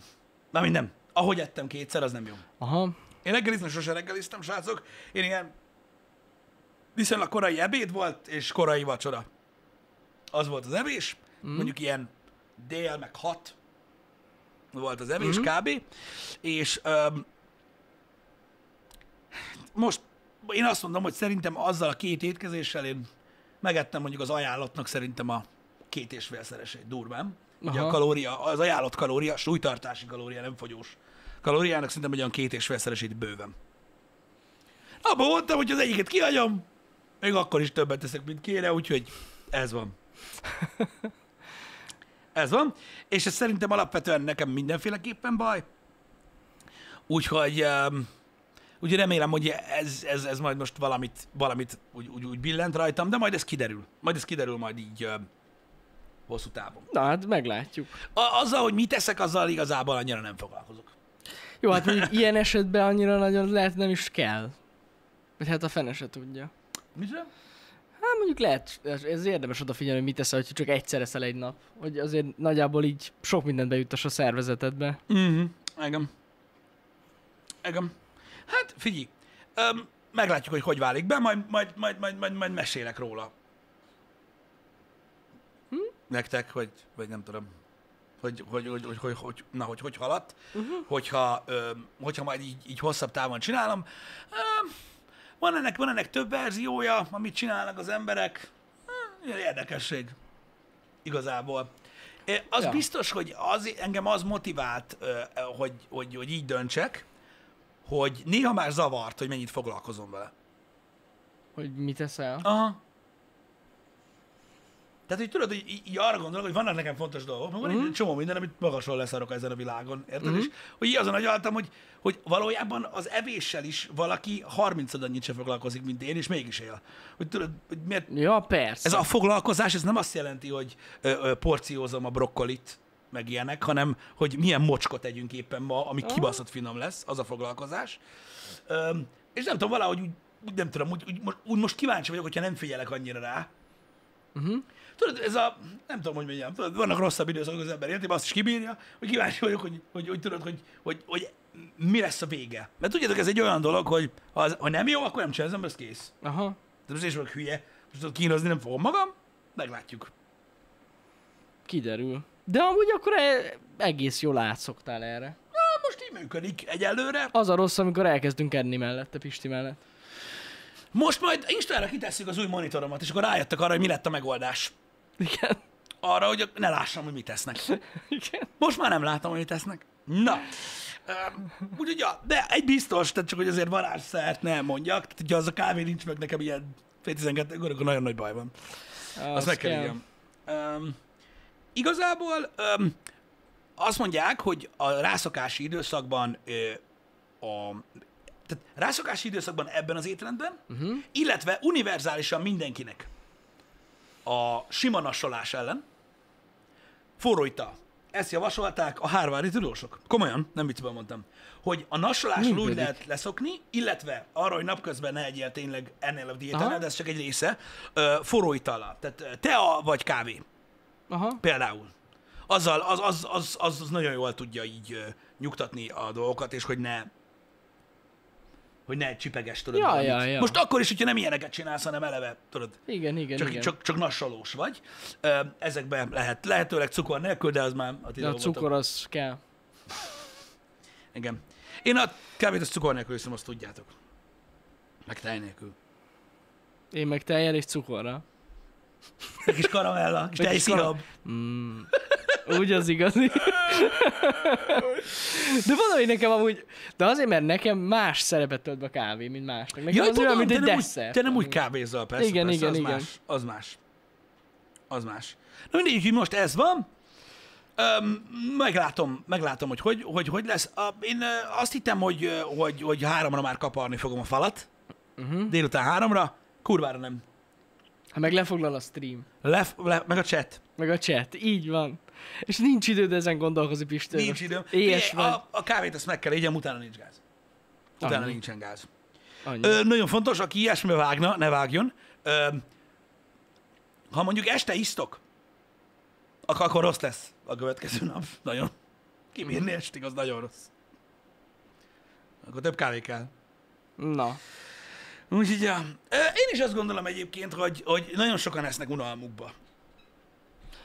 [SPEAKER 1] Mármint nem. Ahogy ettem kétszer, az nem jó.
[SPEAKER 2] Aha.
[SPEAKER 1] Én reggeliztem, sose reggeliztem, srácok. Én ilyen viszonylag korai ebéd volt, és korai vacsora. Az volt az evés, mm. mondjuk ilyen dél, meg hat volt az evés mm. kb. És öm, most én azt mondom, hogy szerintem azzal a két étkezéssel én megettem mondjuk az ajánlatnak szerintem a két és félszeresét durván. Ugye a
[SPEAKER 2] Aha.
[SPEAKER 1] kalória, az ajánlott kalória, súlytartási kalória, nem fogyós kalóriának szerintem egy olyan két és félszeresét bőven. Abba mondtam, hogy az egyiket kihagyom, még akkor is többet teszek, mint kéne, úgyhogy ez van. Ez van, és ez szerintem alapvetően nekem mindenféleképpen baj. Úgyhogy um, úgy remélem, hogy ez, ez, ez majd most valamit, valamit úgy, úgy, úgy billent rajtam, de majd ez kiderül. Majd ez kiderül majd így um, hosszú távon.
[SPEAKER 2] Na hát meglátjuk.
[SPEAKER 1] A, azzal, hogy mit teszek, azzal igazából annyira nem foglalkozok.
[SPEAKER 2] Jó, hát mondjuk ilyen esetben annyira nagyon lehet nem is kell. Vagy hát a fene se tudja.
[SPEAKER 1] Micsoda?
[SPEAKER 2] Hát mondjuk lehet, ez ez érdemes odafigyelni, hogy mit teszel, hogy csak egyszer eszel egy nap. Hogy azért nagyjából így sok mindent bejuttass a szervezetedbe.
[SPEAKER 1] Mhm, engem. Engem. Hát figyelj, öm, meglátjuk, hogy hogy válik be, majd, majd, majd, majd, majd, majd mesélek róla. Hm? Nektek, vagy, vagy nem tudom. Hogy, hogy, hogy, hogy, hogy, hogy, na, hogy, hogy haladt, uh-huh. hogyha, öm, hogyha majd így, így hosszabb távon csinálom. Öm, van, ennek, van ennek több verziója, amit csinálnak az emberek. Hm, ilyen Érdekesség. Igazából. Ö, Az
[SPEAKER 2] Ja.
[SPEAKER 1] ja. biztos, hogy az, engem az motivált, ö, ö, hogy, hogy, hogy így döntsek, hogy néha már zavart, hogy mennyit foglalkozom vele.
[SPEAKER 2] Hogy mit teszel?
[SPEAKER 1] Aha. Tehát, hogy tudod, hogy í- így arra gondolok, hogy vannak nekem fontos dolgok, meg van egy csomó minden, amit magasról leszarok ezen a világon, érted? És hogy így azon agyaltam, hogy, hogy valójában az evéssel is valaki 30 annyit se foglalkozik, mint én, és mégis él. Hogy tudod, hogy miért,
[SPEAKER 2] Ja, persze.
[SPEAKER 1] ez a foglalkozás, ez nem azt jelenti, hogy ö, ö, porciózom a brokkolit, meg ilyenek, hanem hogy milyen mocskot tegyünk éppen ma, ami kibaszott finom lesz, az a foglalkozás. Öm, és nem tudom, valahogy úgy, úgy nem tudom, úgy, úgy, most- úgy most kíváncsi vagyok, hogyha nem figyelek annyira rá. Uh-huh. Tudod, ez a, nem tudom, hogy mondjam, tudod, vannak rosszabb időszakok az ember életében, azt is kibírja, hogy kíváncsi vagyok, hogy, hogy, hogy tudod, hogy, hogy, hogy mi lesz a vége. Mert tudjátok, ez egy olyan dolog, hogy ha, az, ha nem jó, akkor nem csinálom, ez kész.
[SPEAKER 2] Aha.
[SPEAKER 1] De most én is vagyok hülye, most ott kínozni nem fogom magam, meglátjuk.
[SPEAKER 2] Kiderül. De amúgy akkor e- egész jól átszoktál erre.
[SPEAKER 1] Na, most így működik egyelőre.
[SPEAKER 2] Az a rossz, amikor elkezdünk enni mellette, Pisti mellett.
[SPEAKER 1] Most majd Instára kitesszük az új monitoromat, és akkor rájöttek arra, hogy mi lett a megoldás.
[SPEAKER 2] Igen.
[SPEAKER 1] Arra, hogy ne lássam, hogy mit tesznek.
[SPEAKER 2] Igen.
[SPEAKER 1] Most már nem látom, hogy mit tesznek. Na. Öm, Úgyhogy, ja, de egy biztos, tehát csak hogy azért varázsszert ne mondjak. Tehát, hogyha az a kávé nincs meg nekem ilyen fél 12 akkor akkor nagyon nagy baj van. Azt meg kell írjam. Um, igazából um, azt mondják, hogy a rászokási időszakban ö, a tehát rászokási időszakban ebben az étrendben, uh-huh. illetve univerzálisan mindenkinek a sima nassolás ellen forró ital. Ezt javasolták a hárvári tudósok. Komolyan, nem viccben mondtam. Hogy a nassolásról úgy
[SPEAKER 2] Működik.
[SPEAKER 1] lehet leszokni, illetve arra, hogy napközben ne egyél tényleg ennél a
[SPEAKER 2] Aha.
[SPEAKER 1] diétánál, de ez csak egy része, ö, forró itallal. Tehát ö, tea vagy kávé
[SPEAKER 2] Aha.
[SPEAKER 1] például. Azzal, az, az, az, az, az nagyon jól tudja így ö, nyugtatni a dolgokat, és hogy ne hogy ne csipeges, tudod.
[SPEAKER 2] Ja,
[SPEAKER 1] valamit.
[SPEAKER 2] ja, ja.
[SPEAKER 1] Most akkor is, hogyha nem ilyeneket csinálsz, hanem eleve, tudod,
[SPEAKER 2] Igen, igen,
[SPEAKER 1] csak,
[SPEAKER 2] igen.
[SPEAKER 1] csak, csak nassalós vagy. Ö, Ezekben lehet, lehetőleg cukor nélkül, de az már a ti
[SPEAKER 2] De a
[SPEAKER 1] dolgotok.
[SPEAKER 2] cukor az kell.
[SPEAKER 1] Igen. Én a kávét az cukor nélkül iszom, azt tudjátok. Meg tej nélkül.
[SPEAKER 2] Én meg tejjel és cukorra.
[SPEAKER 1] Egy kis karamella, és
[SPEAKER 2] Egy
[SPEAKER 1] tej
[SPEAKER 2] kis karam-
[SPEAKER 1] szirab.
[SPEAKER 2] Mm. Úgy az igazi. De mondom, hogy nekem amúgy... De azért, mert nekem más szerepet tölt be a kávé, mint másnak. Nekem
[SPEAKER 1] Jaj,
[SPEAKER 2] az olyan,
[SPEAKER 1] tudom,
[SPEAKER 2] mint
[SPEAKER 1] te
[SPEAKER 2] egy
[SPEAKER 1] nem
[SPEAKER 2] desszert.
[SPEAKER 1] Úgy, te nem úgy kávézol, persze,
[SPEAKER 2] Igen,
[SPEAKER 1] persze,
[SPEAKER 2] igen,
[SPEAKER 1] az
[SPEAKER 2] igen.
[SPEAKER 1] más. Az más. Az más. Na mindegy, úgyhogy most ez van. Öm, meglátom, meglátom, hogy hogy, hogy, hogy lesz. A, én ö, azt hittem, hogy, ö, hogy, hogy háromra már kaparni fogom a falat. Uh-huh. Délután háromra. Kurvára nem.
[SPEAKER 2] Ha Mhm. Hát meg lefoglal a stream.
[SPEAKER 1] Lef, le, meg a chat.
[SPEAKER 2] Meg a chat. Így van. És nincs időd ezen gondolkozni, Pistő.
[SPEAKER 1] Nincs
[SPEAKER 2] most.
[SPEAKER 1] időm.
[SPEAKER 2] Éhes
[SPEAKER 1] Figyelj,
[SPEAKER 2] vagy.
[SPEAKER 1] a, a kávét azt meg kell egyem, utána nincs gáz. Utána
[SPEAKER 2] Annyi.
[SPEAKER 1] nincsen gáz.
[SPEAKER 2] Annyi.
[SPEAKER 1] Ö, nagyon fontos, aki ilyesmibe vágna, ne vágjon. Ö, Ha mondjuk este isztok, ak- akkor rossz lesz a következő nap. Nagyon. Kibírni estig, az nagyon rossz. Akkor több kávé kell.
[SPEAKER 2] Na,
[SPEAKER 1] Úgyhogy, ja. Ö, én is azt gondolom egyébként, hogy, hogy nagyon sokan esznek unalmukba.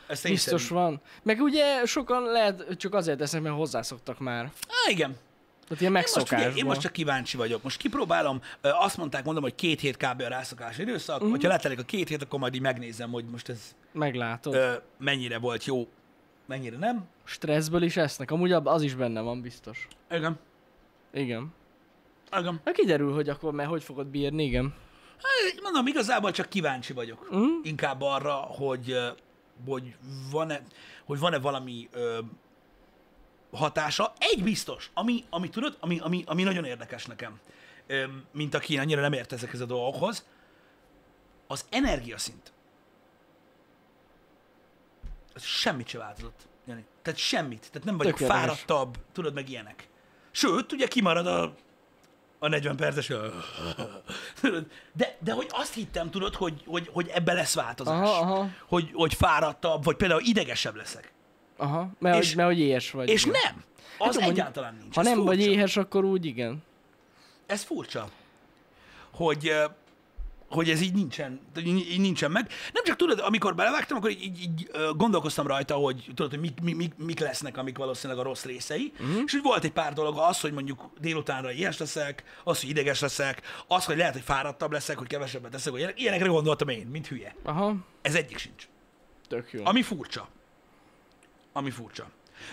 [SPEAKER 1] Ez
[SPEAKER 2] biztos van. Meg ugye sokan lehet csak azért esznek, mert hozzászoktak már.
[SPEAKER 1] Á, igen.
[SPEAKER 2] Tehát ilyen
[SPEAKER 1] Én most, figyelj,
[SPEAKER 2] megszokásból.
[SPEAKER 1] én most csak kíváncsi vagyok. Most kipróbálom, ö, azt mondták, mondom, hogy két hét kb. a rászokás időszak.
[SPEAKER 2] Mhm.
[SPEAKER 1] Uh-huh. Hogyha letelik a két hét, akkor majd így megnézem, hogy most ez
[SPEAKER 2] Meglátod.
[SPEAKER 1] ö, mennyire volt jó, mennyire nem.
[SPEAKER 2] Stresszből is esznek. Amúgy ab- az is benne van, biztos.
[SPEAKER 1] Igen.
[SPEAKER 2] Igen.
[SPEAKER 1] Igen.
[SPEAKER 2] Na kiderül, hogy akkor már hogy fogod bírni, igen.
[SPEAKER 1] Hát, Mondom, igazából csak kíváncsi vagyok.
[SPEAKER 2] Mm.
[SPEAKER 1] Inkább arra, hogy, ö, hogy van-e, hogy van-e valami ö, hatása. Egy biztos, ami, ami tudod, ami, ami, ami nagyon érdekes nekem, ö, mint aki én annyira nem ért ezekhez a dolgokhoz, az energiaszint. Az semmit se változott, Jani. Tehát semmit. Tehát nem vagyok
[SPEAKER 2] Tök érdekes.
[SPEAKER 1] fáradtabb, tudod, meg ilyenek. Sőt, ugye kimarad a a 40 perces. Tudod? De, de hogy azt hittem, tudod, hogy, hogy, hogy ebbe lesz változás.
[SPEAKER 2] Aha, aha.
[SPEAKER 1] Hogy, hogy fáradtabb, vagy például idegesebb leszek.
[SPEAKER 2] Aha, mert,
[SPEAKER 1] És-
[SPEAKER 2] és, mert hogy éhes vagy.
[SPEAKER 1] És
[SPEAKER 2] igen.
[SPEAKER 1] nem! Az
[SPEAKER 2] mondjuk,
[SPEAKER 1] egyáltalán nincs.
[SPEAKER 2] Ha
[SPEAKER 1] Ez
[SPEAKER 2] nem
[SPEAKER 1] furcsa.
[SPEAKER 2] vagy éhes, akkor úgy igen.
[SPEAKER 1] Ez furcsa, hogy, ö, hogy ez így nincsen, hogy így így nincsen meg. Nem csak tudod, amikor belevágtam, akkor így, így, így ö, gondolkoztam rajta, hogy tudod, hogy mik, mik, mik, mik lesznek, amik valószínűleg a rossz részei. Uh-huh. És úgy volt egy pár dolog, az, hogy mondjuk délutánra ilyes leszek, az, hogy ideges leszek, az, hogy lehet, hogy fáradtabb leszek, hogy kevesebbet leszek, hogy ilyenek- ilyenekre gondoltam én, mint hülye.
[SPEAKER 2] Aha,
[SPEAKER 1] Ez egyik sincs.
[SPEAKER 2] tök jó.
[SPEAKER 1] Ami furcsa. Ami furcsa.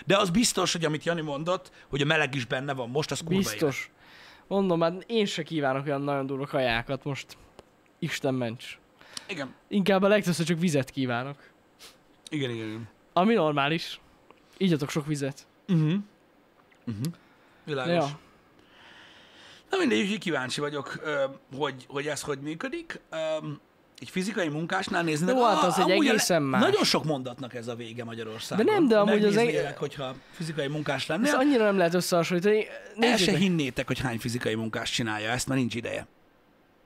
[SPEAKER 1] De az biztos, hogy amit Jani mondott, hogy a meleg is benne van most, az kurva éles.
[SPEAKER 2] Biztos. Mondom, hát én se kívánok olyan nagyon durva kajákat most. Isten ments.
[SPEAKER 1] Igen.
[SPEAKER 2] Inkább a legtöbbször csak vizet kívánok.
[SPEAKER 1] Igen, igen, igen.
[SPEAKER 2] Ami normális. Igyatok sok vizet.
[SPEAKER 1] Uh-huh. Uh-huh. Világos. Ja.
[SPEAKER 2] Mhm. Ja.
[SPEAKER 1] Na mindegy, úgyhogy kíváncsi vagyok, ö, hogy, hogy ez hogy működik. Ö, Egy fizikai munkásnál nézni.
[SPEAKER 2] Jó,
[SPEAKER 1] de-
[SPEAKER 2] hát az
[SPEAKER 1] a-
[SPEAKER 2] egy
[SPEAKER 1] amúgy a
[SPEAKER 2] egészen más.
[SPEAKER 1] Nagyon sok mondatnak ez a vége Magyarországon.
[SPEAKER 2] De nem, de amúgy az egy-
[SPEAKER 1] Megnéznélek, hogyha fizikai munkás
[SPEAKER 2] Ezt
[SPEAKER 1] lennél.
[SPEAKER 2] annyira nem lehet összehasonlítani.
[SPEAKER 1] El se
[SPEAKER 2] Nézzétek.
[SPEAKER 1] hinnétek, hogy hány fizikai munkás csinálja ezt, mert nincs ideje.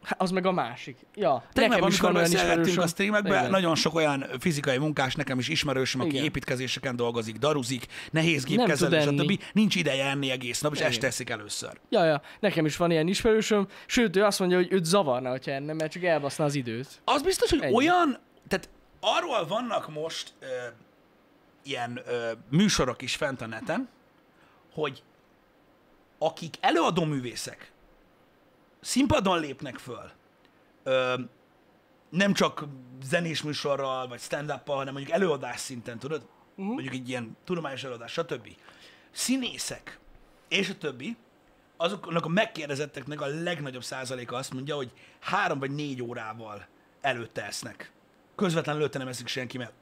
[SPEAKER 2] Hát, az meg a másik. Ja,
[SPEAKER 1] Tegnap,
[SPEAKER 2] nekem is
[SPEAKER 1] amikor
[SPEAKER 2] van olyan
[SPEAKER 1] beszélgettünk
[SPEAKER 2] ismerősöm.
[SPEAKER 1] a streamekben,
[SPEAKER 2] Igen.
[SPEAKER 1] nagyon sok olyan fizikai munkás, nekem is ismerősöm, aki
[SPEAKER 2] Igen.
[SPEAKER 1] építkezéseken dolgozik, daruzik, nehéz
[SPEAKER 2] Nem
[SPEAKER 1] gépkezelő,
[SPEAKER 2] tud enni.
[SPEAKER 1] stb. Nincs ideje enni egész nap, és
[SPEAKER 2] Igen.
[SPEAKER 1] este eszik először.
[SPEAKER 2] Ja, ja, nekem is van ilyen ismerősöm, sőt, ő azt mondja, hogy őt zavarna, hogyha enne, mert csak elbaszná az időt.
[SPEAKER 1] Az biztos, hogy
[SPEAKER 2] Ennyi.
[SPEAKER 1] olyan, tehát arról vannak most ö, ilyen ö, műsorok is fent a neten, hogy akik előadó művészek, színpadon lépnek föl, ö, nem csak zenés műsorral, vagy stand up hanem mondjuk előadás szinten, tudod? Uh-huh. Mondjuk egy ilyen tudományos előadás, stb. Színészek, és a többi, azoknak a megkérdezetteknek a legnagyobb százaléka azt mondja, hogy három vagy négy órával előtte esznek. Közvetlenül előtte nem eszik senki, mert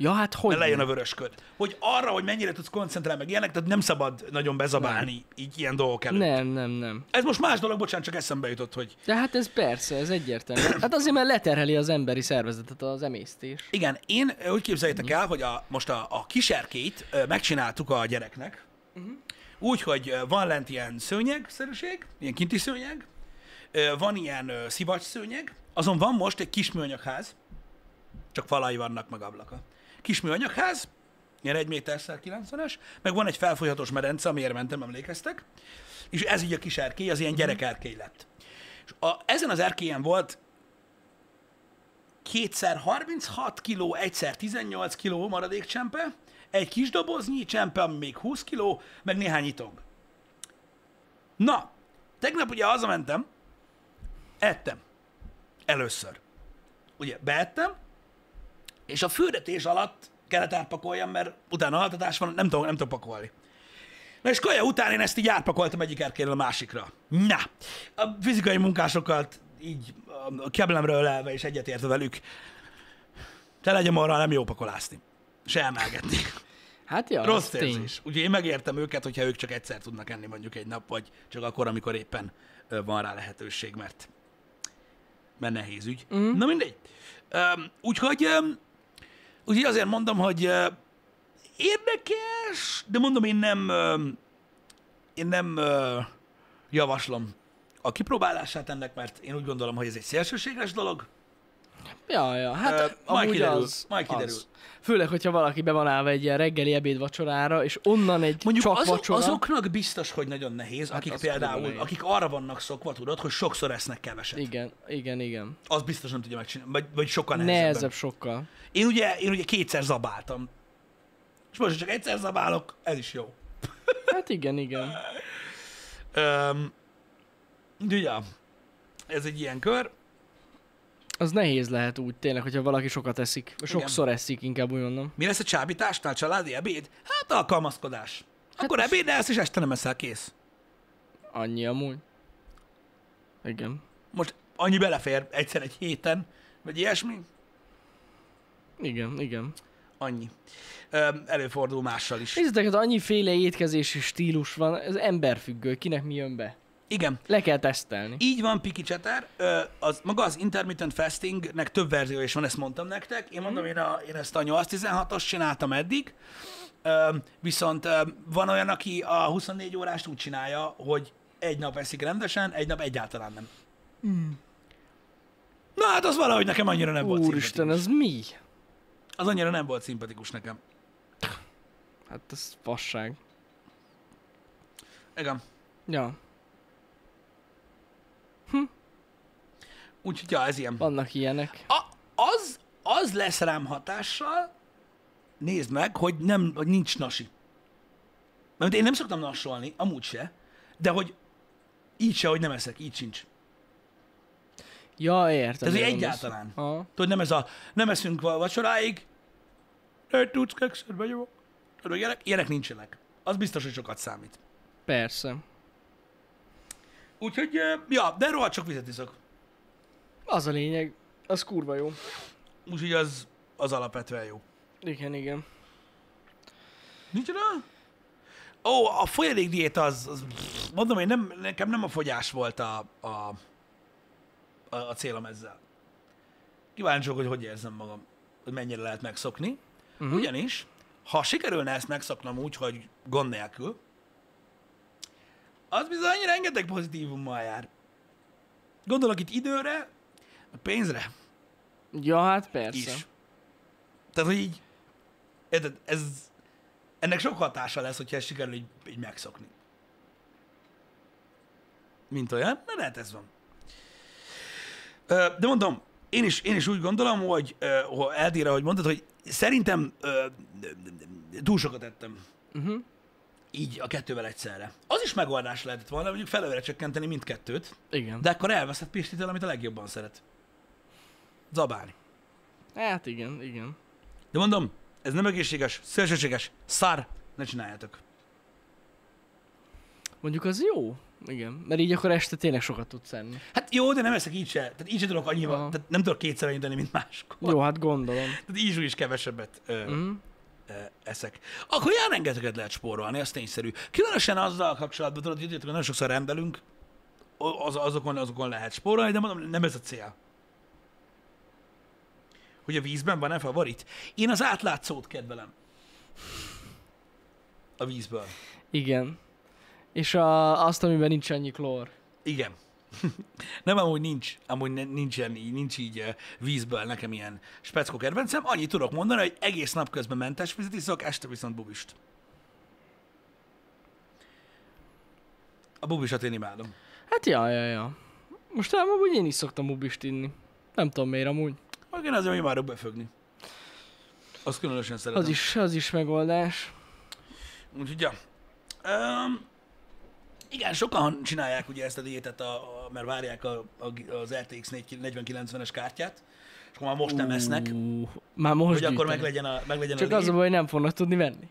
[SPEAKER 2] Ja, hát hogy?
[SPEAKER 1] mert lejön
[SPEAKER 2] ne?
[SPEAKER 1] a vörösköd. Hogy arra, hogy mennyire tudsz koncentrálni, meg ilyenek, tehát nem szabad nagyon bezabálni nem. így ilyen dolgok előtt.
[SPEAKER 2] Nem, nem, nem.
[SPEAKER 1] Ez most más dolog, bocsánat, csak eszembe jutott, hogy
[SPEAKER 2] De hát ez persze, ez egyértelmű. Hát azért, mert leterheli az emberi szervezetet az emésztés.
[SPEAKER 1] igen, én ö, úgy képzeljétek el, hogy a, most a, a kiserkét ö, megcsináltuk a gyereknek, úgy, hogy ö, van lent ilyen szőnyegszerűség, ilyen kinti szőnyeg, ö, van ilyen ö, szivacs szőnyeg, azon van most egy kis műanyagház, csak falai vannak, meg ablaka. Kis műanyagház, ilyen 1 méter 90-es, meg van egy felfolyhatós medence, amiért mentem, emlékeztek, és ez így a kis erkély, az ilyen gyerekerkély lett. És a, ezen az erkélyen volt kétszer 36 kiló, egyszer 18 kiló maradék csempe, egy kis doboznyi csempe, ami még 20 kiló, meg néhány itong. Na, tegnap ugye hazamentem, ettem. Először. Ugye, beettem, és a fürdetés alatt kellett átpakoljam, mert utána altatás van, nem tudom, nem tudom pakolni. Na és kaja után én ezt így átpakoltam egyik erkéről a másikra. Na, a fizikai munkásokat így a- a keblemre ölelve és egyetértve velük, te legyen arra nem jó pakolászni. Se emelgetni.
[SPEAKER 2] Hát ja,
[SPEAKER 1] Rossz
[SPEAKER 2] ez tény.
[SPEAKER 1] érzés. Ugye én megértem őket, hogyha ők csak egyszer tudnak enni mondjuk egy nap, vagy csak akkor, amikor éppen ö, van rá lehetőség, mert, mert nehéz ügy. Mm. Na mindegy. Öm, Úgyhogy, öm, úgyhogy azért mondom, hogy ö, érdekes, de mondom, én nem, öm, én nem ö, javaslom a kipróbálását ennek, mert én úgy gondolom, hogy ez egy szélsőséges dolog,
[SPEAKER 2] Ja, ja, hát
[SPEAKER 1] Ö,
[SPEAKER 2] uh,
[SPEAKER 1] majd
[SPEAKER 2] amúgy
[SPEAKER 1] kiderül,
[SPEAKER 2] az,
[SPEAKER 1] majd kiderül.
[SPEAKER 2] Az. Főleg, hogyha valaki be van állva egy ilyen reggeli ebéd vacsorára, és onnan egy
[SPEAKER 1] Mondjuk
[SPEAKER 2] csak
[SPEAKER 1] azok,
[SPEAKER 2] vacsora. Hát
[SPEAKER 1] azoknak biztos, hogy nagyon nehéz, akik
[SPEAKER 2] az
[SPEAKER 1] például,
[SPEAKER 2] kurva nehéz.
[SPEAKER 1] akik arra vannak szokva, tudod, hogy sokszor esznek keveset. Igen.
[SPEAKER 2] Igen, igen, igen.
[SPEAKER 1] Az biztos nem tudja megcsinálni, vagy, vagy sokkal nehezebben.
[SPEAKER 2] Nehezebb sokkal.
[SPEAKER 1] Én ugye, én ugye kétszer zabáltam. És most, ha csak egyszer zabálok, ez is jó.
[SPEAKER 2] Hát igen, igen.
[SPEAKER 1] Öm, de ja, ez egy ilyen kör.
[SPEAKER 2] Az nehéz lehet úgy tényleg, hogyha valaki sokat eszik. Sokszor eszik, inkább úgy mondom.
[SPEAKER 1] Mi lesz a csábításnál? Családi ebéd? Hát alkalmazkodás.
[SPEAKER 2] Hát
[SPEAKER 1] Akkor ebédelsz, és este nem eszel, kész.
[SPEAKER 2] Annyi amúgy. Igen.
[SPEAKER 1] Most annyi belefér egyszer egy héten, vagy ilyesmi,
[SPEAKER 2] Igen, igen.
[SPEAKER 1] annyi. Öm, előfordul mással is.
[SPEAKER 2] Nézzétek, hát annyiféle étkezési stílus van, ez emberfüggő, kinek mi jön be.
[SPEAKER 1] Igen,
[SPEAKER 2] Le kell tesztelni.
[SPEAKER 1] így van, Piki Cseter. Ö, az, maga az intermittent fastingnek több verziója is van, ezt mondtam nektek. Én mondom, én, a, én ezt a 8-16-os csináltam eddig, ö, viszont ö, van olyan, aki a 24 órást úgy csinálja, hogy egy nap eszik rendesen, egy nap egyáltalán nem. Na hát az valahogy nekem annyira nem volt
[SPEAKER 2] Úristen,
[SPEAKER 1] szimpatikus.
[SPEAKER 2] ez mi?
[SPEAKER 1] Az annyira nem volt szimpatikus nekem.
[SPEAKER 2] Hát ez fasság.
[SPEAKER 1] Igen.
[SPEAKER 2] Ja,
[SPEAKER 1] Úgyhogy ja, ez ilyen.
[SPEAKER 2] vannak ilyenek.
[SPEAKER 1] A, az, az lesz rám hatással, nézd meg, hogy, nem, hogy nincs nasi. Mert én nem szoktam nasolni, amúgy se, de hogy így se, hogy nem eszek, így sincs.
[SPEAKER 2] Ja, értem.
[SPEAKER 1] Tehát, hogy
[SPEAKER 2] mire gondolsz.
[SPEAKER 1] egyáltalán.
[SPEAKER 2] Ha.
[SPEAKER 1] Tudod, nem ez a, nem eszünk va- vacsoráig, egy tudsz kekszet, begyomok. Tudod, hogy ilyenek, ilyenek nincsenek. Az biztos, hogy sokat számít.
[SPEAKER 2] Persze.
[SPEAKER 1] Úgyhogy, ö, ja, de rohadt csak vizet iszok.
[SPEAKER 2] Az a lényeg. Az kurva jó.
[SPEAKER 1] Úgyhogy az, az alapvetően jó.
[SPEAKER 2] Igen, igen.
[SPEAKER 1] Nincs olyan? Ó, a folyadékdiéta az, az pff, mondom, én nem, nekem nem a fogyás volt a, a, a, a célom ezzel. Kíváncsiak, hogy hogy érzem magam, hogy mennyire lehet megszokni.
[SPEAKER 2] Mhm.
[SPEAKER 1] Uh-huh. Ugyanis, ha sikerülne ezt megszoknom úgy, hogy gond nélkül, az bizony rengeteg pozitívummal jár. Gondolok itt időre, a pénzre
[SPEAKER 2] Ja, hát persze.
[SPEAKER 1] is. Tehát, hogy így, érted, ez, ennek sok hatása lesz, hogyha ezt sikerül így, így megszokni. Mint olyan, na lehet ez van. Ö, De mondom, én is, én is úgy gondolom, hogy ö, ha Eldira, hogy mondtad, hogy szerintem ö, túl sokat ettem.
[SPEAKER 2] Uh-huh.
[SPEAKER 1] Így a kettővel egyszerre. Az is megoldás lehetett volna, mondjuk felőre csökkenteni mindkettőt,
[SPEAKER 2] Igen.
[SPEAKER 1] de akkor elveszett Pistitől, amit a legjobban szeret. Zabálni.
[SPEAKER 2] Hát igen, igen.
[SPEAKER 1] De mondom, ez nem egészséges, szélsőséges, szar, ne csináljátok.
[SPEAKER 2] Mondjuk az jó. Igen, mert így akkor este tényleg sokat tudsz enni.
[SPEAKER 1] Hát jó, de nem eszek így se. Tehát így se tudok annyival,
[SPEAKER 2] Aha.
[SPEAKER 1] tehát nem tudok kétszer annyit enni, mint máskor.
[SPEAKER 2] Jó, hát gondolom.
[SPEAKER 1] Tehát így is kevesebbet ö,
[SPEAKER 2] Mhm.
[SPEAKER 1] ö, eszek. Akkor jár rengeteget lehet spórolni, az tényszerű. Különösen azzal kapcsolatban, tudod, hogy tudjátok, hogy nagyon sokszor rendelünk, o- az, azokon, azokon lehet spórolni, de mondom, nem ez a cél. Hogy a vízben van-e favorit? Én az átlátszót kedvelem. A vízből.
[SPEAKER 2] Igen. És a, azt, amiben nincs annyi klór.
[SPEAKER 1] Igen. Nem, amúgy nincs, amúgy ne- nincsen így, nincs így ö, vízből nekem ilyen speckó kedvencem. Annyit tudok mondani, hogy egész nap közben mentes vizet iszok, este viszont bubist. A bubisat én imádom.
[SPEAKER 2] Hát ja, ja, ja. Most ám amúgy én is szoktam bubist inni. Nem tudom miért amúgy.
[SPEAKER 1] Meg én azért imádok befögni. Azt különösen szeretem.
[SPEAKER 2] Az is, az is megoldás.
[SPEAKER 1] Úgyhogy, ja. Um, igen, sokan csinálják ugye ezt a diétet, a, a, mert várják a, a, az RTX 4090-es kártyát, és akkor már most nem esznek,
[SPEAKER 2] Ú, Már most
[SPEAKER 1] hogy akkor
[SPEAKER 2] gyűjtenek.
[SPEAKER 1] meglegyen a, meglegyen
[SPEAKER 2] Csak
[SPEAKER 1] a
[SPEAKER 2] az a
[SPEAKER 1] diét.
[SPEAKER 2] baj, hogy nem fognak tudni venni.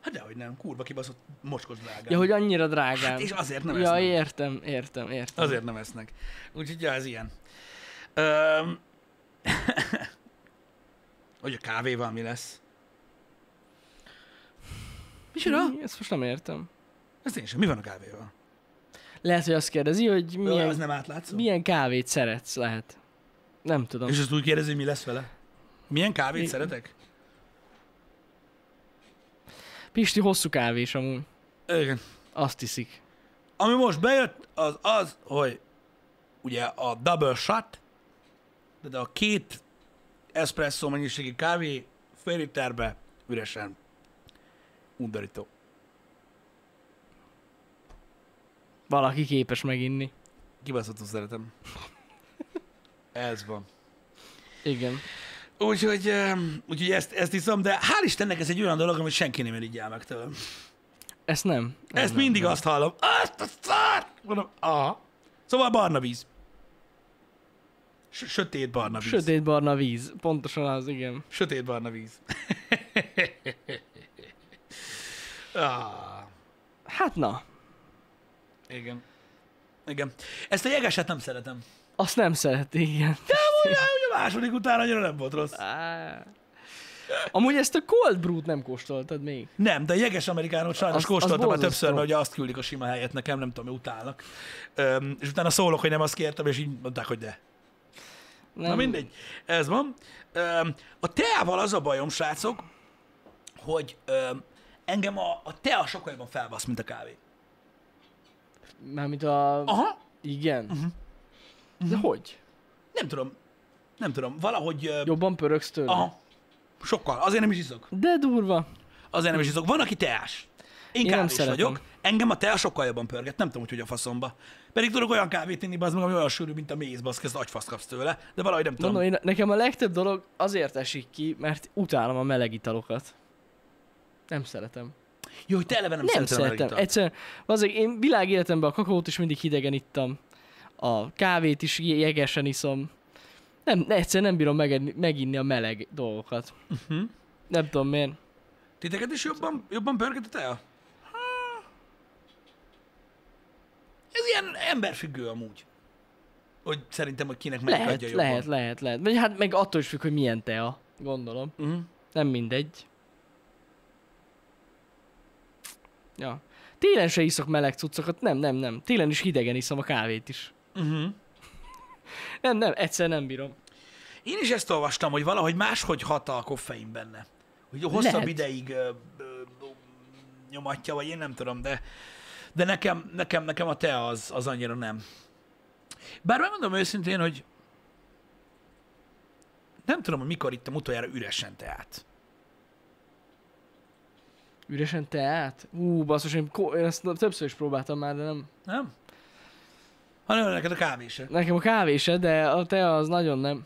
[SPEAKER 1] Hát dehogy nem, kurva kibaszott mocskos drágán.
[SPEAKER 2] Ja, hogy annyira drágám.
[SPEAKER 1] hát és azért nem
[SPEAKER 2] ja,
[SPEAKER 1] esznek.
[SPEAKER 2] értem, értem, értem.
[SPEAKER 1] Azért nem esznek. Úgyhogy ja, ez ilyen. Öm... hogy a kávéval mi lesz? Micsoda?
[SPEAKER 2] Mi? Ezt most nem értem.
[SPEAKER 1] Ez én sem. Mi van a kávéval?
[SPEAKER 2] Lehet, hogy azt kérdezi, hogy
[SPEAKER 1] Milyen, ez
[SPEAKER 2] milyen,
[SPEAKER 1] nem átlátszó?
[SPEAKER 2] milyen kávét szeretsz lehet. Nem tudom.
[SPEAKER 1] És azt úgy kérdezi, hogy mi lesz vele? Milyen kávét
[SPEAKER 2] Mi-
[SPEAKER 1] szeretek?
[SPEAKER 2] Pisti hosszú kávés amúgy.
[SPEAKER 1] Igen.
[SPEAKER 2] Azt hiszik.
[SPEAKER 1] Ami most bejött, az az, hogy ugye a double shot, de a két espresszó mennyiségi kávé fél literbe üresen. Undorító.
[SPEAKER 2] Valaki képes meginni.
[SPEAKER 1] Kibaszottul szeretem. Ez van.
[SPEAKER 2] Igen.
[SPEAKER 1] Úgyhogy, em, úgyhogy ezt, ezt iszom, de hál' Istennek ez egy olyan dolog, amit senki nem irigyel meg tőlem.
[SPEAKER 2] Ezt nem. Ez
[SPEAKER 1] Ezt
[SPEAKER 2] nem,
[SPEAKER 1] mindig
[SPEAKER 2] nem.
[SPEAKER 1] azt hallom. Azt a szart! Mondom, aha. Szóval barna víz. S- Sötét barna víz.
[SPEAKER 2] Sötét barna víz. Pontosan az, igen.
[SPEAKER 1] Sötét barna víz. ah,
[SPEAKER 2] Hát na,
[SPEAKER 1] igen. Igen. Ezt a jegeset nem szeretem.
[SPEAKER 2] azt nem szereti, igen.
[SPEAKER 1] Ugye, ugye a második után annyira nem volt rossz.
[SPEAKER 2] Á. Amúgy ezt a cold brew nem kóstoltad még.
[SPEAKER 1] Nem, de a jeges amerikánót sajnos
[SPEAKER 2] Az- az
[SPEAKER 1] kóstoltam már
[SPEAKER 2] borzasztó.
[SPEAKER 1] többször, mert ugye azt küldik a sima helyet nekem, nem tudom, utálnak. Öm, és utána szólok, hogy nem azt kértem, és így mondták, hogy de.
[SPEAKER 2] Nem.
[SPEAKER 1] Na mindegy, ez van. Öm, A teával az a bajom, srácok, hogy öm, engem a, a tea sokkal jobban felbasz, mint a kávé.
[SPEAKER 2] Mármint a...
[SPEAKER 1] Aha, Mhm.
[SPEAKER 2] Igen. Uh-huh. De hogy?
[SPEAKER 1] nem tudom, nem tudom, valahogy... öm,
[SPEAKER 2] Jobban pörögsz tőle?
[SPEAKER 1] Aha, sokkal, azért nem is iszok.
[SPEAKER 2] De durva.
[SPEAKER 1] Azért nem is iszok. Van, aki teás. Én,
[SPEAKER 2] Én nem
[SPEAKER 1] kávés
[SPEAKER 2] szeretem.
[SPEAKER 1] vagyok. Engem a tea sokkal jobban pörget, nem tudom, hogy hogy a faszomba. Pedig tudok olyan kávét inni, bazd meg, ami olyan sűrű, mint a méz, bazd, ezt agyfaszt kapsz tőle, de valahogy nem tudom.
[SPEAKER 2] Mondom, én, nekem a legtöbb dolog azért esik ki, mert utálom a meleg italokat. Nem szeretem.
[SPEAKER 1] Jó, hogy te eleve nem,
[SPEAKER 2] Nem
[SPEAKER 1] szereted a meleg
[SPEAKER 2] szeretem.
[SPEAKER 1] italt.
[SPEAKER 2] Egyszerűen, azért én világéletemben a kakaót is mindig hidegen ittam. A kávét is je- jegesen iszom. Nem, ne- egyszerűen nem bírom megenni, meginni a meleg dolgokat. Uh-huh. Nem tudom miért.
[SPEAKER 1] Titeket is jobban, jobban pörget a tea? Há. Ez ilyen emberfüggő amúgy. Hogy szerintem, hogy kinek melyik adja
[SPEAKER 2] Lehet,
[SPEAKER 1] jobban.
[SPEAKER 2] lehet, lehet, lehet. Vagy hát meg attól is függ, hogy milyen tea, gondolom.
[SPEAKER 1] Uh-huh.
[SPEAKER 2] Nem mindegy. Ja. Télen se iszok meleg cuccokat, nem, nem, nem. Télen is hidegen iszom a kávét is.
[SPEAKER 1] Uh-huh.
[SPEAKER 2] Nem, nem, egyszer nem bírom.
[SPEAKER 1] Én is ezt olvastam, hogy valahogy máshogy hat a koffein benne. Hogy hosszabb
[SPEAKER 2] Lehet.
[SPEAKER 1] ideig ö, ö, nyomatja, vagy én nem tudom, de de nekem, nekem, nekem a te az, az annyira nem. Bár megmondom őszintén, hogy nem tudom, hogy mikor ittam utoljára üresen teát.
[SPEAKER 2] Üresen teát? Ú, basszus, én, ko- én ezt többször is próbáltam már, de nem.
[SPEAKER 1] Nem? Hanem neked a kávé se.
[SPEAKER 2] Nekem a kávé se, de a tea az nagyon nem.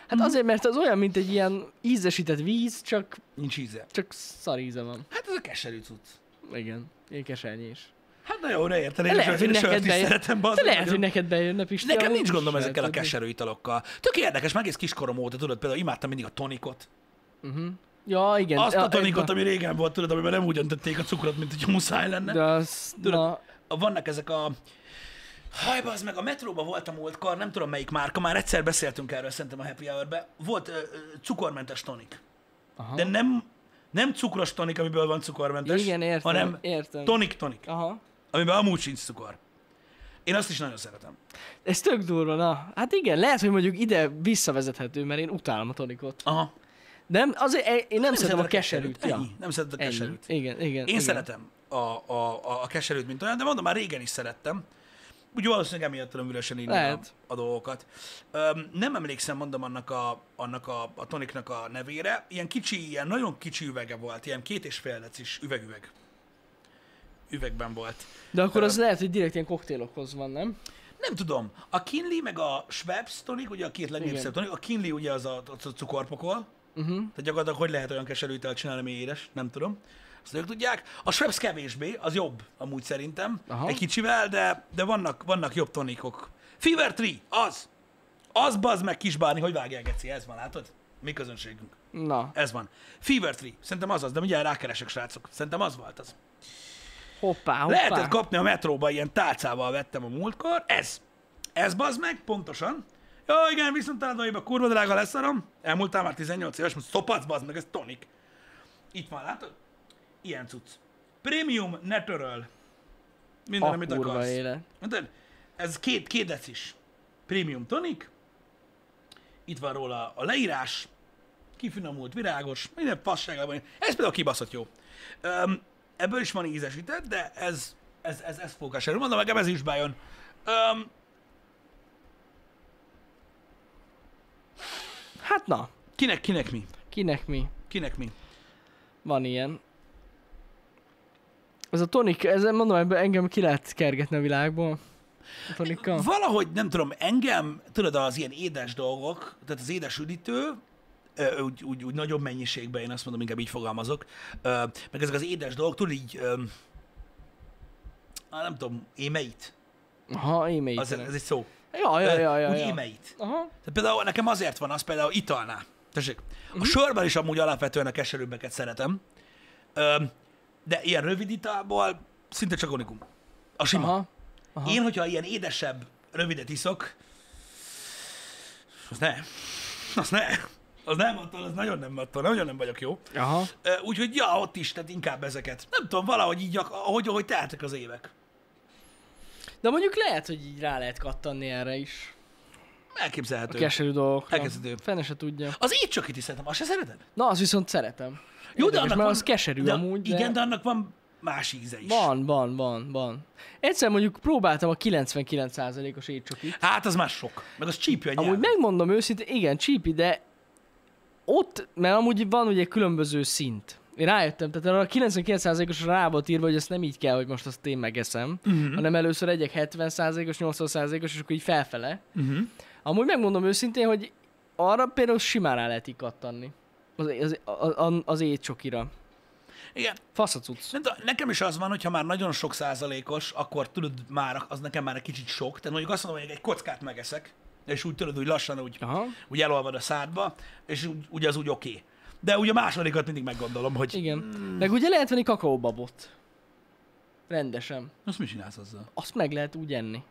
[SPEAKER 2] Hát
[SPEAKER 1] Mhm.
[SPEAKER 2] azért, mert az olyan, mint egy ilyen ízesített víz, csak,
[SPEAKER 1] Nincs íze.
[SPEAKER 2] csak szar íze van.
[SPEAKER 1] Hát ez a keserű cucc.
[SPEAKER 2] Igen, én kesernyés.
[SPEAKER 1] Hát na jó, ne érted, én
[SPEAKER 2] De
[SPEAKER 1] is
[SPEAKER 2] lehet, hogy
[SPEAKER 1] sört- sört
[SPEAKER 2] neked
[SPEAKER 1] is
[SPEAKER 2] bejön.
[SPEAKER 1] szeretem.
[SPEAKER 2] De
[SPEAKER 1] bazd meg,
[SPEAKER 2] lehet, hogy neked bejönne, Pisti.
[SPEAKER 1] Nekem
[SPEAKER 2] amúgy
[SPEAKER 1] nincs gondom
[SPEAKER 2] lehet
[SPEAKER 1] ezekkel a
[SPEAKER 2] tudni.
[SPEAKER 1] keserű italokkal. Tök érdekes, meg egész kiskorom óta, tudod, például imádtam mindig a tonikot.
[SPEAKER 2] Uh-huh. Ja, igen.
[SPEAKER 1] Azt
[SPEAKER 2] Ja,
[SPEAKER 1] a tonikot,
[SPEAKER 2] de-
[SPEAKER 1] ami régen volt, tudod, amiben nem úgy öntötték a cukrot, mint hogy muszáj lenne.
[SPEAKER 2] De az,
[SPEAKER 1] Tudod,
[SPEAKER 2] na,
[SPEAKER 1] Vannak ezek a... Haj, az meg a metróba voltam múltkor, nem tudom melyik márka, már egyszer beszéltünk erről szerintem a Happy Hour-be. Volt ö, ö, cukormentes tonik.
[SPEAKER 2] aha.
[SPEAKER 1] De nem, nem cukros tonik, amiből van cukormentes,
[SPEAKER 2] igen, értem,
[SPEAKER 1] hanem
[SPEAKER 2] értem.
[SPEAKER 1] tonik-tonik.
[SPEAKER 2] Aha.
[SPEAKER 1] amiben amúgy sincs cukor. Én azt is nagyon szeretem.
[SPEAKER 2] Ez tök durva, na. Hát igen, lehet, hogy mondjuk ide visszavezethető, mert én utálom a tonikot.
[SPEAKER 1] Aha.
[SPEAKER 2] Nem, azért én nem, nem szeretem a keserűt. Ja.
[SPEAKER 1] Ennyi. Nem szeretem a
[SPEAKER 2] Ennyi.
[SPEAKER 1] keserűt.
[SPEAKER 2] Igen, igen.
[SPEAKER 1] Én
[SPEAKER 2] igen.
[SPEAKER 1] szeretem a, a, a, a keserűt, mint olyan, de mondom, már régen is szerettem. Úgy valószínűleg emiatt tudom üresen inni a,
[SPEAKER 2] Lehet.
[SPEAKER 1] a dolgokat. Öm, nem emlékszem, mondom, annak, a, annak a, a toniknak a nevére. Ilyen kicsi, ilyen nagyon kicsi üvege volt, ilyen két és fél decis üveg-üveg. Üvegben volt.
[SPEAKER 2] De akkor az lehet, hogy direkt ilyen koktélokhoz van, nem?
[SPEAKER 1] Nem tudom. A Kinley meg a Schweppes tonik, ugye a két legnépszerűbb
[SPEAKER 2] Igen.
[SPEAKER 1] tonik, a Kinley ugye az a, az a cukorpokol,
[SPEAKER 2] Uh-huh.
[SPEAKER 1] tehát gyakorlatilag hogy lehet olyan keserű italt csinálni, ami édes? Nem tudom. Azt ők tudják. A Schweppes kevésbé, az jobb amúgy szerintem. Aha.
[SPEAKER 2] Aha.
[SPEAKER 1] Egy kicsivel, de, de vannak, vannak jobb tonikok. Fever Tree, az! Az bazd meg kisbárni, hogy vágják, Geci, ez van, látod? Mi közönségünk.
[SPEAKER 2] Na,
[SPEAKER 1] Ez van. Fever Tree, szerintem az az, de mindjárt rákeresek, srácok. Szerintem az volt az.
[SPEAKER 2] hoppá, hoppá.
[SPEAKER 1] Lehetett kapni a metróba, ilyen tálcával vettem a múltkor. Ez. Ez bazd meg, pontosan. Jó, igen, viszont a kurva drága leszarom. Elmúltál már 18 éves, most szopac bazd meg, ez tonik. Itt van, látod? Ilyen cucc. Premium Natural. Minden,
[SPEAKER 2] a
[SPEAKER 1] amit
[SPEAKER 2] kurva
[SPEAKER 1] akarsz.
[SPEAKER 2] élet.
[SPEAKER 1] Érted? Ez két, két decis. Premium tonik. Itt van róla a leírás. Kifinomult, virágos, minden fassággal van. Ez például kibaszott jó. Öm, ebből is van ízesített, de ez, ez, ez, ez fókás erő. Mondom, nekem ez is bejön. Öm,
[SPEAKER 2] Hát na,
[SPEAKER 1] Kinek, kinek mi?
[SPEAKER 2] kinek mi?
[SPEAKER 1] Kinek mi?
[SPEAKER 2] Van ilyen. Ez a tonik, ez mondom, ebből engem ki lehet kergetni a világból. A tonika.
[SPEAKER 1] Valahogy, nem tudom, engem, tudod, az ilyen édes dolgok, tehát az édes üdítő, ö, úgy, úgy, úgy nagyobb mennyiségben, én azt mondom, inkább így fogalmazok, ö, meg ezek az édes dolgok, tudod, így, ö, á, nem tudom, émeit,
[SPEAKER 2] Aha, e-mail.
[SPEAKER 1] az, ez egy szó,
[SPEAKER 2] Ja, ja,
[SPEAKER 1] Ö,
[SPEAKER 2] ja, ja,
[SPEAKER 1] úgy
[SPEAKER 2] ja.
[SPEAKER 1] émeit.
[SPEAKER 2] Aha.
[SPEAKER 1] Tehát például nekem azért van az, például italnál. Tessék, a
[SPEAKER 2] Mhm.
[SPEAKER 1] sörben is amúgy alapvetően a keserűbbeket szeretem, ö, de ilyen rövid italból szinte csak unikum. A sima.
[SPEAKER 2] Aha. Aha.
[SPEAKER 1] Én, hogyha ilyen édesebb, rövidet iszok, az ne. Az ne. Az nem attól, az nagyon nem attól, nagyon nem vagyok jó.
[SPEAKER 2] Aha.
[SPEAKER 1] Ö, Úgyhogy ja, ott is, tehát inkább ezeket. Nem tudom, valahogy így, ak- ahogy, ahogy teltek az évek.
[SPEAKER 2] De mondjuk lehet, hogy így rá lehet kattanni erre is. A
[SPEAKER 1] Elképzelhető.
[SPEAKER 2] keserű dolgokra.
[SPEAKER 1] Elkezdődő.
[SPEAKER 2] Fene se tudja.
[SPEAKER 1] az így csak itt szeretem, azt se szereted?
[SPEAKER 2] Na, az viszont szeretem.
[SPEAKER 1] Jó, de
[SPEAKER 2] Érdekes,
[SPEAKER 1] annak
[SPEAKER 2] mert
[SPEAKER 1] van,
[SPEAKER 2] az keserű
[SPEAKER 1] de,
[SPEAKER 2] amúgy, de...
[SPEAKER 1] Igen, de annak van más íze is.
[SPEAKER 2] Van, van, van, van. Egyszer mondjuk próbáltam a 99%-os étcsokit.
[SPEAKER 1] Hát az már sok. Meg az csípő a nyelven.
[SPEAKER 2] Amúgy megmondom őszintén, igen, csípi, de ott, mert amúgy van ugye különböző szint. Én rájöttem, tehát arra a 99%-os rá volt írva, hogy ezt nem így kell, hogy most azt én megeszem,
[SPEAKER 1] Mhm.
[SPEAKER 2] uh-huh. hanem először egyek 70%-os, 80%-os, és akkor így felfele.
[SPEAKER 1] Uh-huh.
[SPEAKER 2] Amúgy megmondom őszintén, hogy arra például simán rá lehet így kattanni. Az, az, az, az étcsokira.
[SPEAKER 1] Igen,
[SPEAKER 2] Fasz a cucc.
[SPEAKER 1] Nem tudom, nekem is az van, hogyha már nagyon sok százalékos, akkor tudod már, az nekem már egy kicsit sok. Tehát mondjuk azt mondom, hogy egy kockát megeszek, és úgy tudod, úgy lassan úgy,
[SPEAKER 2] Aha.
[SPEAKER 1] úgy elolvad a szádba, és úgy, úgy az úgy oké. Okay. De ugye a másodikat mindig meggondolom, hogy
[SPEAKER 2] Igen. Meg ugye lehet venni kakaóbabot. Rendesen.
[SPEAKER 1] azt mi csinálsz azzal?
[SPEAKER 2] Azt meg lehet úgy enni.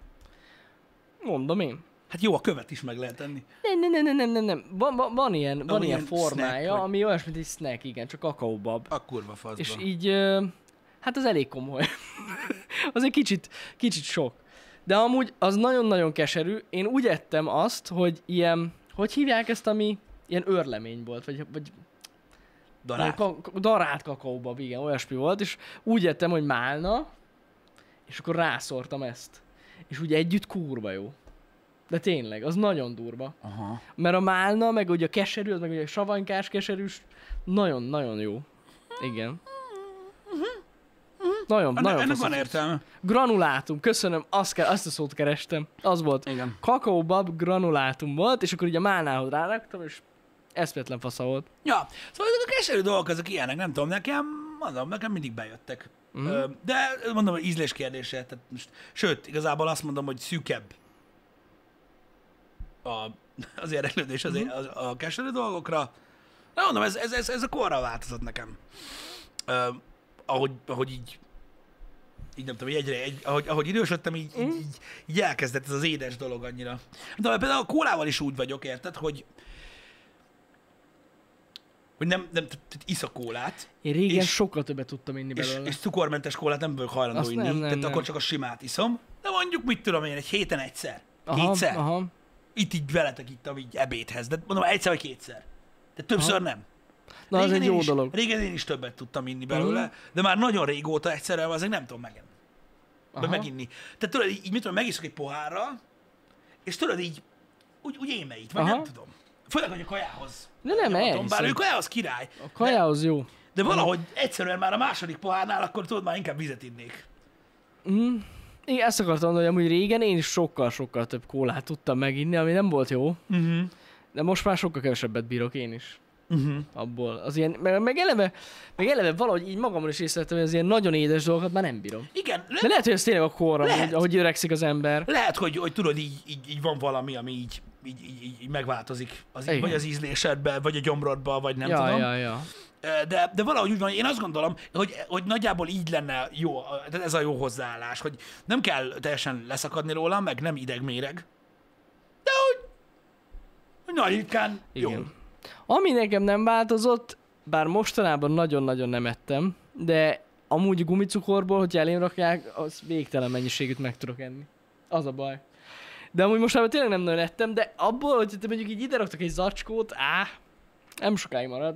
[SPEAKER 2] Mondom én.
[SPEAKER 1] Hát jó, a követ is meg lehet enni.
[SPEAKER 2] Nem, nem, nem, nem, nem, nem, nem. Van, van, van ilyen, van ilyen
[SPEAKER 1] ilyen
[SPEAKER 2] formája,
[SPEAKER 1] snack, vagy-
[SPEAKER 2] ami olyas, mint egy snack, igen, csak kakaóbab.
[SPEAKER 1] A kurva faszba.
[SPEAKER 2] És így, ö, hát az elég komoly. az egy kicsit, kicsit sok. De amúgy az nagyon-nagyon keserű. Én úgy ettem azt, hogy ilyen, hogy hívják ezt, ami ilyen örlemény volt, vagy, vagy
[SPEAKER 1] Darát.
[SPEAKER 2] Ka- ka- darált kakaóbab, igen, olyasmi volt, és úgy ettem, hogy málna, és akkor rászortam ezt. És úgy együtt kurva jó. De tényleg, az nagyon durva.
[SPEAKER 1] Aha.
[SPEAKER 2] Mert a málna, meg ugye a keserű, az meg ugye a savanykás keserűs, nagyon-nagyon jó. Igen. Nagyon,
[SPEAKER 1] Enne,
[SPEAKER 2] nagyon
[SPEAKER 1] ennek
[SPEAKER 2] fasz a
[SPEAKER 1] van
[SPEAKER 2] cucc.
[SPEAKER 1] értelme.
[SPEAKER 2] Granulátum, köszönöm, azt, kell, azt a szót kerestem. Az volt.
[SPEAKER 1] Igen.
[SPEAKER 2] Kakaóbab granulátum volt, és akkor ugye a málnához ráraktam, és eszmetlen fasza volt.
[SPEAKER 1] Ja, szóval ezek a keserű dolgok, ezek ilyenek, nem tudom, nekem, mondom, nekem mindig bejöttek. Mm. De mondom, hogy ízlés kérdése, tehát most, sőt, igazából azt mondom, hogy szűkebb a, az érdeklődés az, mm. a, a keserű dolgokra. Na mondom, ez, ez, ez, ez a korra változott nekem. Ö, ahogy, ahogy így így nem tudom, így egyre, egy, ahogy, ahogy idősödtem, így, így, így, így elkezdett ez az édes dolog annyira. De például a kólával is úgy vagyok, érted, hogy hogy nem, nem tehát iszak kólát,
[SPEAKER 2] Én régen
[SPEAKER 1] És-
[SPEAKER 2] és, sokkal többet tudtam inni
[SPEAKER 1] és,
[SPEAKER 2] belőle.
[SPEAKER 1] és cukormentes kólát nem vagyok hajlandó
[SPEAKER 2] Azt
[SPEAKER 1] inni,
[SPEAKER 2] nem, nem,
[SPEAKER 1] tehát
[SPEAKER 2] nem.
[SPEAKER 1] akkor csak a simát iszom, de mondjuk mit tudom én, egy héten egyszer, aha,
[SPEAKER 2] aha,
[SPEAKER 1] kétszer, aha.
[SPEAKER 2] Aha.
[SPEAKER 1] itt így veletek itt a így ebédhez, de mondom egyszer vagy kétszer, de többször aha. nem.
[SPEAKER 2] Na, az
[SPEAKER 1] Régen
[SPEAKER 2] egy
[SPEAKER 1] én
[SPEAKER 2] jó
[SPEAKER 1] is,
[SPEAKER 2] dolog. Mhm.
[SPEAKER 1] Régen én is többet tudtam inni belőle, uh-huh. de már nagyon régóta egyszerre azért nem tudom megenni. Aha. Vagy
[SPEAKER 2] Aha.
[SPEAKER 1] meginni. Tehát tudod, így, így mit tudom, megiszok egy pohárral, és tudod így, úgy, úgy émeit, vagy Aha.
[SPEAKER 2] Aha.
[SPEAKER 1] nem tudom. Főleg, hogy a kajához.
[SPEAKER 2] De nem,
[SPEAKER 1] nyomatom,
[SPEAKER 2] elhiszem.
[SPEAKER 1] Bár ő kajához király.
[SPEAKER 2] A kajához jó.
[SPEAKER 1] De valahogy egyszerűen már a második pohárnál, akkor tudod, már inkább vizet innék.
[SPEAKER 2] Mhm. Én ezt akartam mondani, hogy amúgy régen én is sokkal-sokkal több kólát tudtam meginni, ami nem volt jó.
[SPEAKER 1] Uh-huh.
[SPEAKER 2] De most már sokkal kevesebbet bírok én is Mm-hmm.
[SPEAKER 1] Uh-huh.
[SPEAKER 2] abból. Az ilyen, meg, meg, eleve, meg eleve valahogy így magamon is észrevettem, hogy az ilyen nagyon édes dolgokat már nem bírom.
[SPEAKER 1] Igen, le-
[SPEAKER 2] De lehet, hogy ez tényleg a korra,
[SPEAKER 1] Lehet.
[SPEAKER 2] hogy, ahogy öregszik az ember.
[SPEAKER 1] lehet, hogy, hogy tudod, így, így, így, van valami, ami így, így, így, így megváltozik. Az,
[SPEAKER 2] Igen.
[SPEAKER 1] vagy az ízlésedbe, vagy a gyomrodba, vagy nem
[SPEAKER 2] ja,
[SPEAKER 1] tudom.
[SPEAKER 2] ja, ja.
[SPEAKER 1] De, de valahogy úgy van, én azt gondolom, hogy, hogy nagyjából így lenne jó, tehát ez a jó hozzáállás, hogy nem kell teljesen leszakadni róla, meg nem idegméreg, de hogy, hogy nagy ritkán jó.
[SPEAKER 2] Igen. Ami nekem nem változott, bár mostanában nagyon-nagyon nem ettem, de amúgy gumicukorból, hogy elém rakják, az végtelen mennyiségűt meg tudok enni. Az a baj. De amúgy mostanában tényleg nem nagyon ettem, de abból, hogy te mondjuk így ide raktak egy zacskót, á, nem sokáig marad.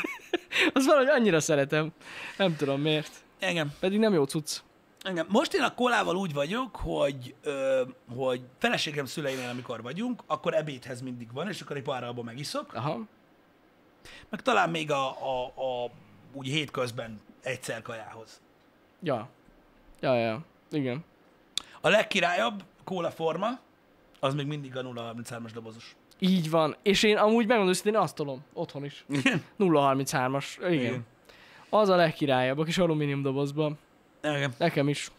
[SPEAKER 2] az valahogy annyira szeretem. Nem tudom miért.
[SPEAKER 1] Igen,
[SPEAKER 2] Pedig nem jó cucc.
[SPEAKER 1] Igen. Most én a kolával úgy vagyok, hogy, ö, hogy feleségem szüleinél, amikor vagyunk, akkor ebédhez mindig van, és akkor egy pár abban megiszok.
[SPEAKER 2] Aha.
[SPEAKER 1] Meg talán még a, a, a úgy hétközben egyszer kajához.
[SPEAKER 2] Ja. Ja, ja. Igen.
[SPEAKER 1] A legkirályabb kóla forma, az még mindig a 0,33-as dobozos.
[SPEAKER 2] Így van. És én amúgy megmondom, hogy én azt tolom. Otthon is.
[SPEAKER 1] Igen.
[SPEAKER 2] 033-as. Igen.
[SPEAKER 1] Igen.
[SPEAKER 2] Igen. Az a legkirályabb, a kis alumínium dobozban.
[SPEAKER 1] Igen.
[SPEAKER 2] Nekem is.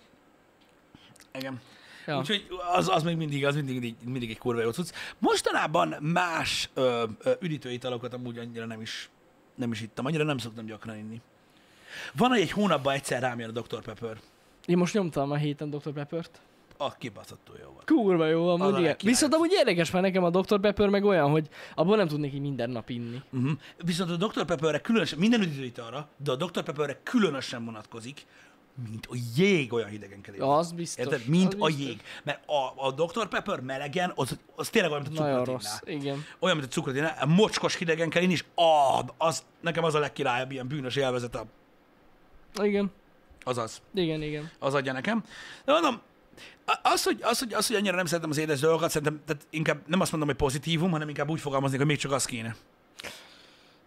[SPEAKER 1] Igen.
[SPEAKER 2] Ja.
[SPEAKER 1] Ja. Úgyhogy az, az még mindig, az mindig, mindig, mindig egy kurva jó cucc. Mostanában más ö, ö, üdítőitalokat amúgy annyira nem is, nem is ittam, annyira nem szoktam gyakran inni. Van, hogy egy hónapban egyszer rám jön a Dr. Pepper.
[SPEAKER 2] Én most nyomtam a héten Dr. Peppert.
[SPEAKER 1] A kibaszottul jó volt.
[SPEAKER 2] Kurva jó,
[SPEAKER 1] Az
[SPEAKER 2] amúgy
[SPEAKER 1] a
[SPEAKER 2] igen.
[SPEAKER 1] legkirály.
[SPEAKER 2] Viszont amúgy érdekes, mert nekem a Dr. Pepper meg olyan, hogy abból nem tudnék így minden nap inni.
[SPEAKER 1] Uh-huh. Viszont a Dr. Pepperre különösen, minden üdítőitalra, de a Dr. Pepperre különösen vonatkozik, mint a jég olyan hidegen kell
[SPEAKER 2] Ja, az biztos.
[SPEAKER 1] Érted? Mint
[SPEAKER 2] az
[SPEAKER 1] a
[SPEAKER 2] biztos.
[SPEAKER 1] jég. Mert a, a Dr. Pepper melegen, az, az tényleg olyan, mint a
[SPEAKER 2] Nagyon
[SPEAKER 1] cukrot
[SPEAKER 2] rossz. Igen.
[SPEAKER 1] Olyan, mint a cukrot innál. A mocskos hidegen kell inni, és ah, az, nekem az a legkirályabb ilyen bűnös élvezet. a-
[SPEAKER 2] Igen.
[SPEAKER 1] Az az.
[SPEAKER 2] Igen, igen.
[SPEAKER 1] Az adja nekem. De mondom, a- az hogy, az, hogy, az, hogy annyira nem szeretem az édes dolgokat, szerintem tehát inkább nem azt mondom, hogy pozitívum, hanem inkább úgy fogalmazni, hogy még csak az kéne.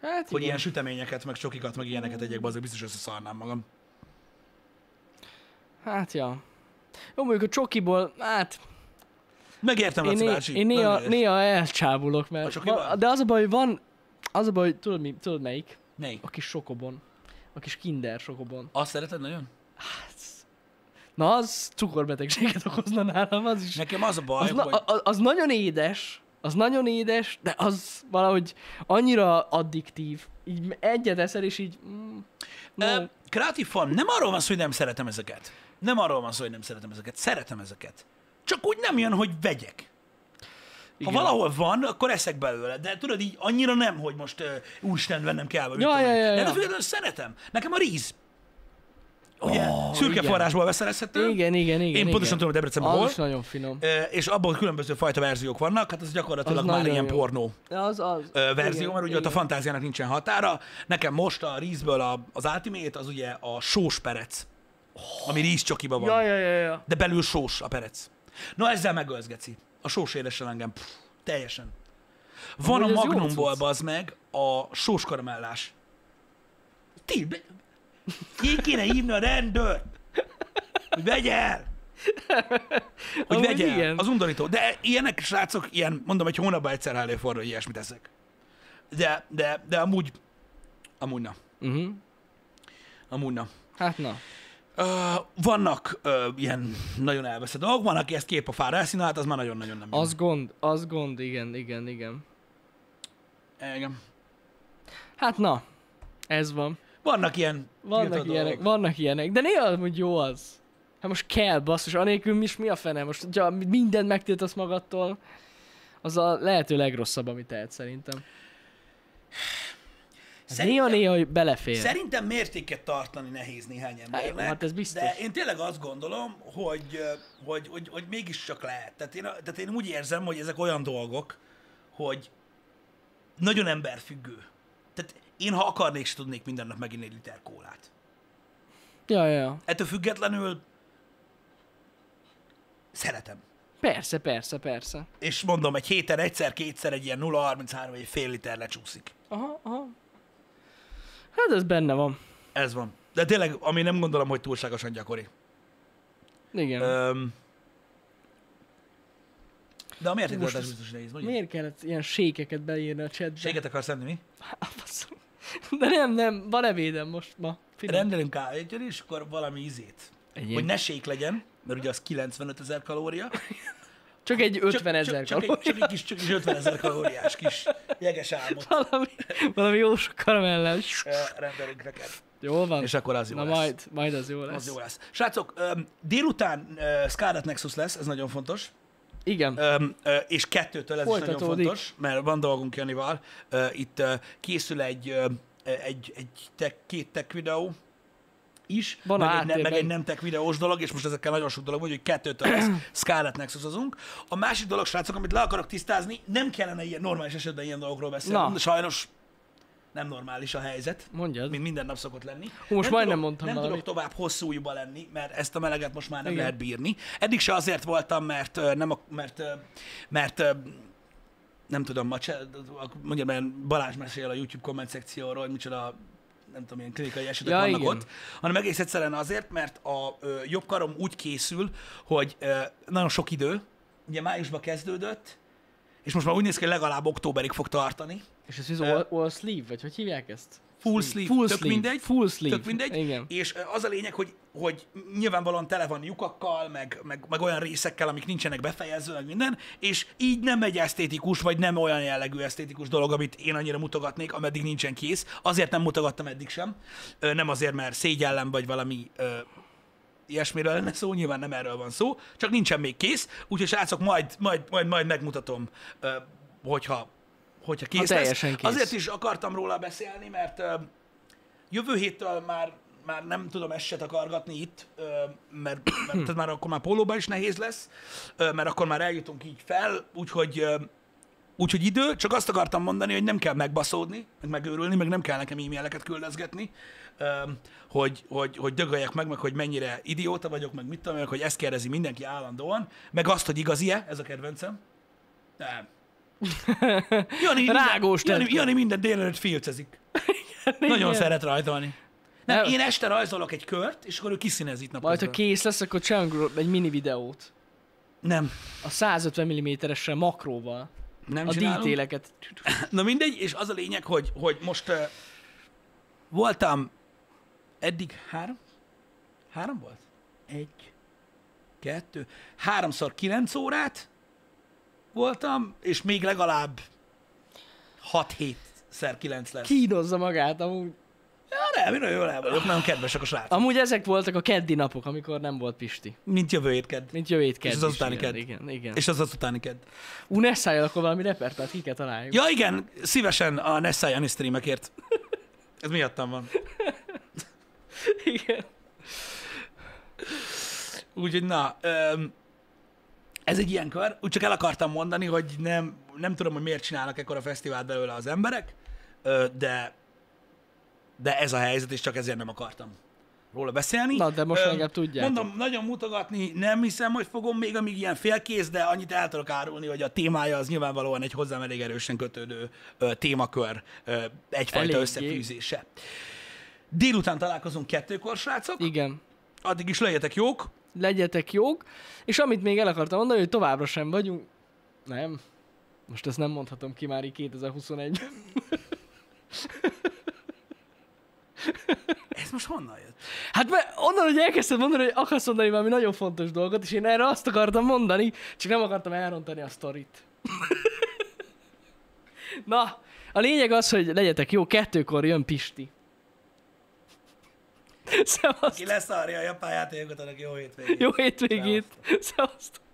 [SPEAKER 2] Hát
[SPEAKER 1] Hogy
[SPEAKER 2] igen.
[SPEAKER 1] ilyen süteményeket, meg csokikat, meg ilyeneket egyek, azok biztos összeszarnám magam.
[SPEAKER 2] Hát ja. Jó, mondjuk a csokiból, hát
[SPEAKER 1] Megértem,
[SPEAKER 2] én,
[SPEAKER 1] Laci
[SPEAKER 2] né-
[SPEAKER 1] bácsi.
[SPEAKER 2] én néha,
[SPEAKER 1] Nagyon
[SPEAKER 2] néha elcsábulok,
[SPEAKER 1] A
[SPEAKER 2] mert
[SPEAKER 1] csokiban?
[SPEAKER 2] van, de az a baj, hogy van, az a baj, hogy tudod, mi, tudod melyik?
[SPEAKER 1] Melyik?
[SPEAKER 2] A kis sokobon. A kis kinder sokobon.
[SPEAKER 1] Azt szereted nagyon?
[SPEAKER 2] Na, az cukorbetegséget okozna nálam, az is.
[SPEAKER 1] Nekem az a baj,
[SPEAKER 2] Az, na,
[SPEAKER 1] hogy...
[SPEAKER 2] a- az nagyon édes, az nagyon édes, de az valahogy annyira addiktív. Így egyet eszel, és így... Mm,
[SPEAKER 1] Ö,
[SPEAKER 2] no.
[SPEAKER 1] Kreatív fan, nem arról van szó, hogy nem szeretem ezeket. Nem arról van szó, hogy nem szeretem ezeket. Szeretem ezeket. Csak úgy nem jön, hogy vegyek. Ha
[SPEAKER 2] Igen.
[SPEAKER 1] valahol van, akkor eszek belőle. De tudod, így annyira nem, hogy most uh, úristen vennem kell. vagy mit
[SPEAKER 2] Ja,
[SPEAKER 1] tudom
[SPEAKER 2] ja,
[SPEAKER 1] én.
[SPEAKER 2] ja,
[SPEAKER 1] De
[SPEAKER 2] ja.
[SPEAKER 1] ettől függetlenül szeretem. Nekem a ríz. Ugye, oh, szürke
[SPEAKER 2] igen.
[SPEAKER 1] forrásból beszerezhető.
[SPEAKER 2] Igen, igen, igen.
[SPEAKER 1] Én
[SPEAKER 2] igen.
[SPEAKER 1] pontosan tudom, hogy Debrecenben
[SPEAKER 2] Az
[SPEAKER 1] hol.
[SPEAKER 2] is nagyon finom.
[SPEAKER 1] Ö, És abból különböző fajta verziók vannak, hát az gyakorlatilag
[SPEAKER 2] Az
[SPEAKER 1] már
[SPEAKER 2] nagyon
[SPEAKER 1] ilyen
[SPEAKER 2] jó.
[SPEAKER 1] pornó
[SPEAKER 2] De Az, az.
[SPEAKER 1] ö, verzió,
[SPEAKER 2] igen,
[SPEAKER 1] mert ugye ott a
[SPEAKER 2] igen.
[SPEAKER 1] fantáziának nincsen határa. Nekem most a rízből a, az ultimate az ugye a sós perec, ami rízcsokiba van.
[SPEAKER 2] Ja, ja, ja, ja.
[SPEAKER 1] De belül sós a perec. Na ezzel megölzgeci. A sós édesel engem. Pff, teljesen. Van
[SPEAKER 2] Amúgy
[SPEAKER 1] a
[SPEAKER 2] ez jó
[SPEAKER 1] Magnumból,
[SPEAKER 2] cucc.
[SPEAKER 1] bazd meg, a sós karamellás. Ti, be... ki kéne hívni a rendőrt? Hogy vegye el! Hogy
[SPEAKER 2] Amúgy
[SPEAKER 1] vegye el.
[SPEAKER 2] igen.
[SPEAKER 1] Az undorító. De ilyenek, srácok, ilyen, mondom, egy hónapban egyszer előfordul, hogy ilyesmit eszek. De, de, de amúgy, amúgy na.
[SPEAKER 2] Uh-huh.
[SPEAKER 1] Amúgy na.
[SPEAKER 2] Hát na.
[SPEAKER 1] Ö, vannak ö, ilyen nagyon elveszett dolgok, van, aki ezt kép a fára elszínál, hát az már nagyon-nagyon nem jó.
[SPEAKER 2] Az gond, az gond, igen, igen, igen.
[SPEAKER 1] Igen.
[SPEAKER 2] Hát na, ez van.
[SPEAKER 1] Vannak ilyen
[SPEAKER 2] Vannak
[SPEAKER 1] tiltott
[SPEAKER 2] ilyenek,
[SPEAKER 1] dolgok.
[SPEAKER 2] vannak ilyenek, de néha amúgy jó az. Hát most kell, basszus, anélkül mi is mi a fene? Most hogyha mindent megtiltasz magadtól, az a lehető legrosszabb, amit tehet szerintem.
[SPEAKER 1] Szerintem-
[SPEAKER 2] Szerintem... Néha-néha hogy belefér. Szerint...
[SPEAKER 1] Szerintem mértéket tartani nehéz néhány embernek.
[SPEAKER 2] jó, hát ez biztos.
[SPEAKER 1] De én tényleg azt gondolom, hogy, ö, hogy, hogy, hogy mégiscsak lehet. Tehát én, tehát én úgy érzem, hogy ezek olyan dolgok, hogy nagyon emberfüggő. Tehát én, ha akarnék, se tudnék minden nap meginni egy liter kólát.
[SPEAKER 2] Ja, ja, ja.
[SPEAKER 1] Ettől függetlenül szeretem.
[SPEAKER 2] Persze, persze, persze.
[SPEAKER 1] És mondom, egy héten egyszer, kétszer egy ilyen 0,33 vagy egy fél liter lecsúszik.
[SPEAKER 2] Aha, aha. Hát ez benne van.
[SPEAKER 1] Ez van. De tényleg, ami nem gondolom, hogy túlságosan gyakori.
[SPEAKER 2] Igen.
[SPEAKER 1] Öm, de a
[SPEAKER 2] Most
[SPEAKER 1] mértéktartás
[SPEAKER 2] ez-
[SPEAKER 1] biztos nehéz, mondjuk.
[SPEAKER 2] Miért kellett ilyen sékeket beírni a chatbe?
[SPEAKER 1] Séget akarsz enni, mi?
[SPEAKER 2] Á, basszom. De nem, nem, van ebédem most ma. Finom.
[SPEAKER 1] Rendelünk kávét, Gyuri, és akkor valami ízét.
[SPEAKER 2] Egyéb.
[SPEAKER 1] Hogy ne sék legyen, mert ugye az 95 ezer kalória.
[SPEAKER 2] Csak egy
[SPEAKER 1] Csak-
[SPEAKER 2] 50 ezer
[SPEAKER 1] csak, csak, egy- csak, egy kis, csak egy 50 ezer kalóriás kis jeges álmot
[SPEAKER 2] Valami, valami jó sok karamellel.
[SPEAKER 1] ö, rendelünk neked.
[SPEAKER 2] Jól van.
[SPEAKER 1] És akkor az jó
[SPEAKER 2] Na
[SPEAKER 1] lesz.
[SPEAKER 2] majd, majd az jó lesz.
[SPEAKER 1] Az jó lesz. Srácok, öm, délután ö, Scarlet Nexus lesz, ez nagyon fontos.
[SPEAKER 2] Igen.
[SPEAKER 1] Öm, ö, és kettőtől ez is nagyon
[SPEAKER 2] Folytatódik.
[SPEAKER 1] fontos, mert van dolgunk Janival. Ö, Itt ö, készül egy, ö, egy, egy tech, két tech videó is,
[SPEAKER 2] Van a
[SPEAKER 1] meg, egy, ne-
[SPEAKER 2] háttérben.
[SPEAKER 1] meg egy nem tech videós dolog, és most ezekkel nagyon sok dolog van, hogy kettőtől lesz Scarlet Nexusozunk. A másik dolog, srácok, amit le akarok tisztázni, nem kellene ilyen normális esetben ilyen dolgokról beszélni.
[SPEAKER 2] Na.
[SPEAKER 1] Sajnos nem normális a helyzet,
[SPEAKER 2] Mondjad.
[SPEAKER 1] mint minden nap szokott lenni.
[SPEAKER 2] Hú, most majdnem
[SPEAKER 1] tudok,
[SPEAKER 2] mondtam
[SPEAKER 1] Nem tudok
[SPEAKER 2] valamit.
[SPEAKER 1] tovább hosszújúba lenni, mert ezt a meleget most már nem
[SPEAKER 2] Igen.
[SPEAKER 1] lehet bírni. Eddig se azért voltam, mert ö, nem a, mert, ö, mert ö, nem tudom, ma cse, mondjam, ilyen Balázs mesél a YouTube komment szekcióról, hogy micsoda nem tudom, ilyen klinikai esetek
[SPEAKER 2] Ja,
[SPEAKER 1] ja, vannak
[SPEAKER 2] igen.
[SPEAKER 1] igen. ott, hanem egész egyszerűen azért, mert a ö, jobb karom úgy készül, hogy ö, nagyon sok idő, ugye májusban kezdődött, és most már úgy néz ki, hogy legalább októberig fog tartani.
[SPEAKER 2] És ez all, all sleeve, vagy hogy hívják ezt?
[SPEAKER 1] Full sleeve,
[SPEAKER 2] Full
[SPEAKER 1] tök
[SPEAKER 2] sleeve.
[SPEAKER 1] mindegy.
[SPEAKER 2] Full sleeve.
[SPEAKER 1] Tök mindegy.
[SPEAKER 2] Igen.
[SPEAKER 1] És ö, az a lényeg, hogy, hogy nyilvánvalóan tele van lyukakkal, meg, meg, meg olyan részekkel, amik nincsenek befejezve, meg minden, és így nem egy esztétikus, vagy nem olyan jellegű esztétikus dolog, amit én annyira mutogatnék, ameddig nincsen kész. Azért nem mutogattam eddig sem. Ö, Nem azért, mert szégyellem, vagy valami ö, ilyesmiről lenne szó, nyilván nem erről van szó, csak nincsen még kész, úgyhogy srácok, majd, majd, majd, majd megmutatom, ö, hogyha, hogyha kész
[SPEAKER 2] teljesen
[SPEAKER 1] lesz.
[SPEAKER 2] kész.
[SPEAKER 1] Azért is akartam róla beszélni, mert ö, jövő héttől már, már nem tudom ezt se takargatni itt, ö, mert, mert tehát már akkor már pólóba is nehéz lesz, ö, mert akkor már eljutunk így fel, úgyhogy ö, Úgyhogy idő, csak azt akartam mondani, hogy nem kell megbaszódni, meg megőrülni, meg nem kell nekem e-maileket küldözgetni, öm, hogy, hogy, hogy dögöljek meg, meg hogy mennyire idióta vagyok, meg mit tudom, én, meg hogy ezt kérdezi mindenki állandóan, meg azt, hogy igazi-e, ez a kedvencem. Nem. Jani,
[SPEAKER 2] Rágós
[SPEAKER 1] minden, Jani,
[SPEAKER 2] tetkó.
[SPEAKER 1] Jani minden délelőtt filcezik. Nagyon szeret rajzolni. Nem,
[SPEAKER 2] Nem.
[SPEAKER 1] én este rajzolok egy kört, és akkor ő kiszínez itt
[SPEAKER 2] Majd ha
[SPEAKER 1] napozban.
[SPEAKER 2] kész lesz, akkor csinálunk egy mini videót.
[SPEAKER 1] Nem,
[SPEAKER 2] A 150 mm-essel makróval.
[SPEAKER 1] nem
[SPEAKER 2] A Hát
[SPEAKER 1] csinálunk.
[SPEAKER 2] dítéleket.
[SPEAKER 1] Na mindegy, és az a lényeg, hogy, hogy most uh, voltam eddig három? Három volt? Egy, kettő, háromszor kilenc órát voltam, és még legalább hat-hét szer kilenc lesz. Ki?
[SPEAKER 2] Kínozza magát amúgy.
[SPEAKER 1] Ja, nem, én nagyon jól el vagyok, nagyon kedvesek a srácok.
[SPEAKER 2] Amúgy ezek voltak a keddi napok, amikor nem volt Pisti.
[SPEAKER 1] Mint jövő hét kedd.
[SPEAKER 2] Mint jövő hét kedd
[SPEAKER 1] az
[SPEAKER 2] is,
[SPEAKER 1] utáni
[SPEAKER 2] igen,
[SPEAKER 1] kedd.
[SPEAKER 2] Igen, igen. És...
[SPEAKER 1] És az az utáni kedd.
[SPEAKER 2] Ú, ne szálljál, akkor valami repertát ki kell találjuk.
[SPEAKER 1] Ja igen, szívesen a Nessa Jani streamekért. Ez miattam van.
[SPEAKER 2] Igen.
[SPEAKER 1] Úgyhogy na, öm, ez egy ilyen kör, úgy csak el akartam mondani, hogy nem, nem tudom, hogy miért csinálnak ekkora fesztivált belőle az emberek, ö, de, de ez a helyzet, és csak ezért nem akartam róla beszélni.
[SPEAKER 2] Na, de most legalább tudjátok.
[SPEAKER 1] Mondom, nagyon mutogatni nem hiszem, hogy fogom még, amíg ilyen félkész, de annyit el tudok árulni, hogy a témája az nyilvánvalóan egy hozzám elég erősen kötődő ö, témakör, ö, egyfajta
[SPEAKER 2] Eléggé.
[SPEAKER 1] összefűzése. Délután találkozunk kettőkor, srácok.
[SPEAKER 2] Igen.
[SPEAKER 1] Addig is legyetek jók,
[SPEAKER 2] Legyetek jók. És amit még el akartam mondani, hogy továbbra sem vagyunk. Nem. Most ezt nem mondhatom ki már így 2021
[SPEAKER 1] Ez most honnan jött?
[SPEAKER 2] Hát mert onnan, hogy elkezdted mondani, hogy akarsz mondani valami nagyon fontos dolgot, és én erre azt akartam mondani, csak nem akartam elrontani a sztorit. Na, a lényeg az, hogy legyetek jó, kettőkor jön Pisti. Szevaszt,
[SPEAKER 1] Ki leszarja a japán játékokat, annak jó hétvégét.
[SPEAKER 2] jó hétvégét! Szevaszt!